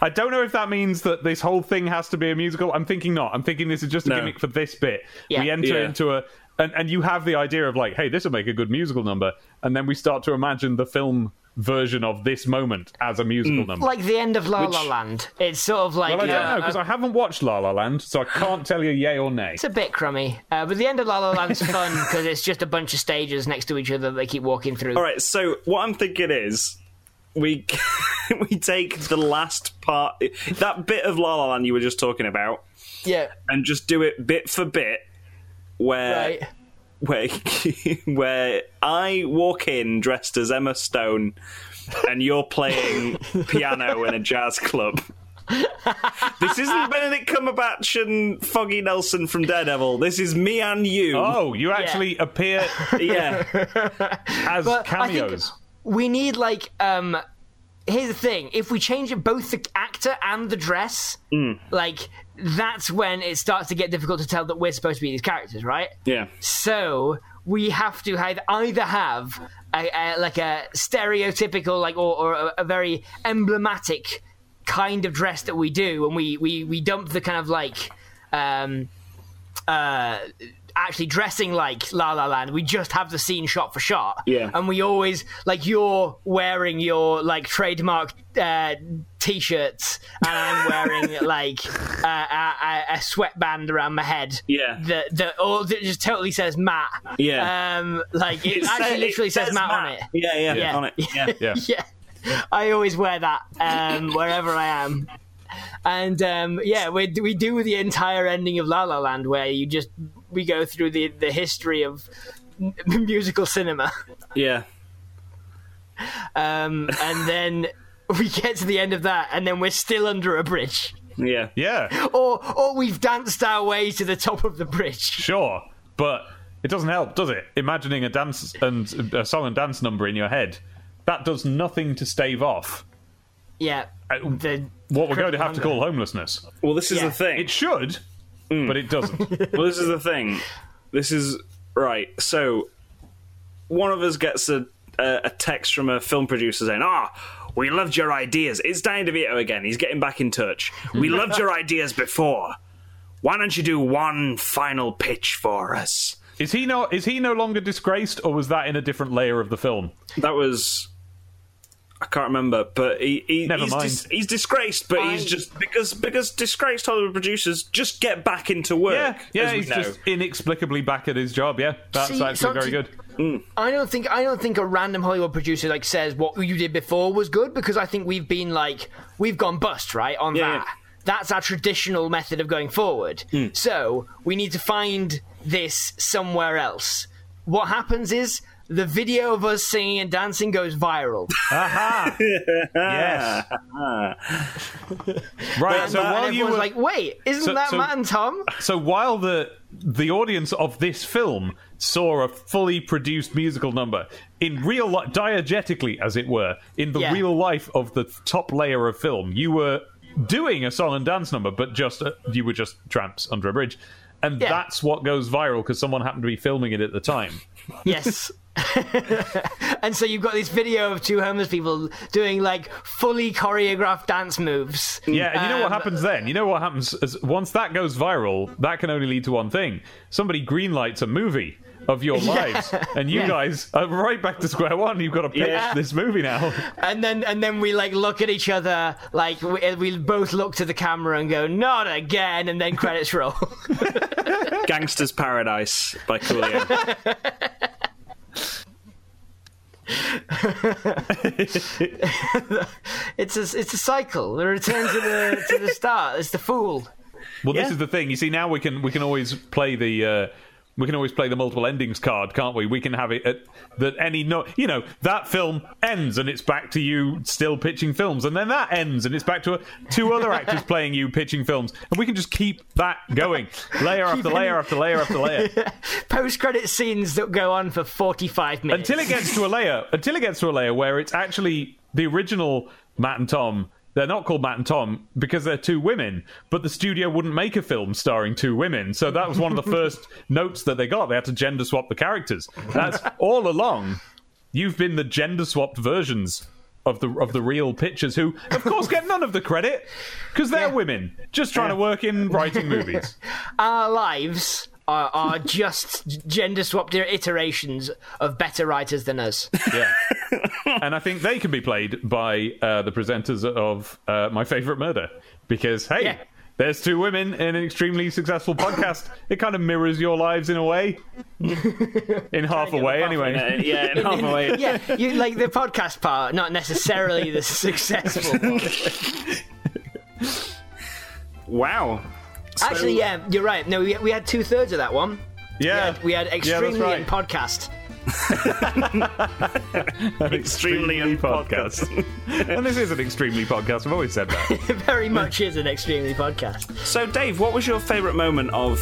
G: I don't know if that means that this whole thing has to be a musical. I'm thinking not. I'm thinking this is just a gimmick for this bit.
B: Yeah.
G: We enter
B: Yeah.
G: into a and, and you have the idea of like, hey, this will make a good musical number, and then we start to imagine the film version of this moment as a musical number.
B: Mm. Like the end of La La
G: Which-
B: Land. It's sort of like
G: well, I don't
B: uh,
G: know because I haven't watched La La Land, so I can't tell you yay or nay.
B: It's a bit crummy, uh, but the end of La La Land's fun because it's just a bunch of stages next to each other that they keep walking through.
A: All right, so what I'm thinking is we we take the last part, that bit of La La Land you were just talking about,
B: Yeah.
A: and just do it bit for bit,
G: Uh,
A: where
B: Right.
A: where where I walk in dressed as Emma Stone, and you're playing piano in a jazz club. this isn't Benedict Cumberbatch and Foggy Nelson from Daredevil. This is me and you.
G: Oh, you actually appear,
A: yeah,
G: as
B: But I think-
G: cameos.
B: we need like um here's the thing if we change it both the actor and the dress
G: Hmm.
B: like that's when it starts to get difficult to tell that we're supposed to be these characters right
A: yeah.
B: so we have to hide, either have a, a, like a stereotypical like or, or a, a very emblematic kind of dress that we do and we we, we dump the kind of like um uh actually dressing like la la land we just have the scene shot for shot
A: Yeah.
B: and we always like you're wearing your like trademark uh t-shirts and i'm wearing like uh, a, a- a sweatband around my head
A: Yeah.
B: that that all that just totally says matt
A: Yeah.
B: um like it,
A: It
B: actually
A: says- it
B: literally says,
A: says
B: matt, on
A: Matt.
B: it
A: Yeah, yeah, on it. Yeah.
G: Yeah.
B: I always wear that um, wherever I am. And um, yeah, we we do the entire ending of La La Land where you just we go through the the history of m- musical cinema,
A: Yeah.
B: um, and then we get to the end of that, and then we're still under a bridge,
A: Yeah.
G: Yeah.
B: or or we've danced our way to the top of the bridge.
G: Sure, but it doesn't help, does it? Imagining a dance and a song and dance number in your head that does nothing to stave off
B: Yeah,
G: uh, what we're going to have
B: hunger.
G: to call homelessness.
A: Well, this is the thing.
G: It should,
A: Mm.
G: but it doesn't.
A: well, this is the thing. This is right. So one of us gets a a, a text from a film producer saying, "Ah." we loved your ideas. It's Danny DeVito again. He's getting back in touch. We loved your ideas before. Why don't you do one final pitch for us?
G: Is he no? Is he no longer disgraced, or was that in a different layer of the film?
A: That was. I can't remember, but he, he
G: Never
A: he's,
G: mind.
A: dis- he's disgraced, but he's just because because disgraced Hollywood producers just get back into work.
G: Yeah, yeah,
A: as we
G: he's
A: know.
G: just inexplicably back at his job. Yeah, that's
A: See,
G: actually
A: so
G: very
A: to-
G: good.
B: I don't think I don't think a random Hollywood producer like says what you did before was good because I think we've been like we've gone bust right on that. That's our traditional method of going forward.
G: Hmm.
B: So we need to find this somewhere else. What happens is the video of us singing and dancing goes viral.
G: Aha! yes.
A: Ah.
G: Right.
B: And,
G: so
B: and
G: while you
B: everyone's
G: were
B: like, wait, isn't
G: So-
B: that
G: so-
B: Matt and Tom?
G: So while the the audience of this film saw a fully produced musical number in real life, diegetically, as it were, in the
B: Yeah.
G: real life of the top layer of film, you were doing a song and dance number, but just uh, you were just tramps under a bridge, and
B: Yeah.
G: that's what goes viral because someone happened to be filming it at the time.
B: Yes. and so you've got this video of two homeless people doing like fully choreographed dance moves.
G: Yeah, and you know
B: Um,
G: what happens then? You know what happens is once that goes viral, that can only lead to one thing. Somebody greenlights a movie of your
B: Yeah.
G: lives, and you
B: Yeah.
G: guys are right back to square one. You've got to pitch
B: Yeah.
G: this movie now.
B: And then and then we like look at each other, like we, we both look to the camera and go, "Not again!" And then credits roll.
A: Gangster's Paradise by Coolio.
B: it's a it's a cycle. The return to the to the start. It's the fool.
G: Well, this is the thing. You see, now we can we can always play the. Uh, we can always play the multiple endings card, can't we? We can have it at that any no, you know, that film ends and it's back to you still pitching films, and then that ends and it's back to two other actors playing you pitching films, and we can just keep that going, layer after
B: Keep
G: layer
B: it-
G: after layer after layer.
B: Post credit scenes that go on for forty five minutes
G: until it gets to a layer until it gets to a layer where it's actually the original Matt and Tom they're not called Matt and Tom because they're two women, but the studio wouldn't make a film starring two women. So that was one of the first notes that they got. They had to gender swap the characters. That's all along. You've been the gender swapped versions of the of the real pitchers who of course get none of the credit because they're women just trying to work in writing movies.
B: Our lives are, are just gender swapped iterations of better writers than us.
G: Yeah. and I think they can be played by uh, the presenters of uh, My Favorite Murder because, hey, there's two women in an extremely successful podcast. it kind of mirrors your lives in a way. in half a way, anyway.
A: Uh,
B: yeah, you like the podcast part, not necessarily the successful. part.
A: wow.
B: Actually, yeah, you're right. No, we, we had two thirds of that one.
G: Yeah,
B: we had, we had
G: that's
B: extremely
G: right.
B: in podcast.
A: extremely
G: un podcast. and this is an extremely podcast. I've always said that.
B: It very much is an extremely podcast.
A: So, Dave, what was your favourite moment of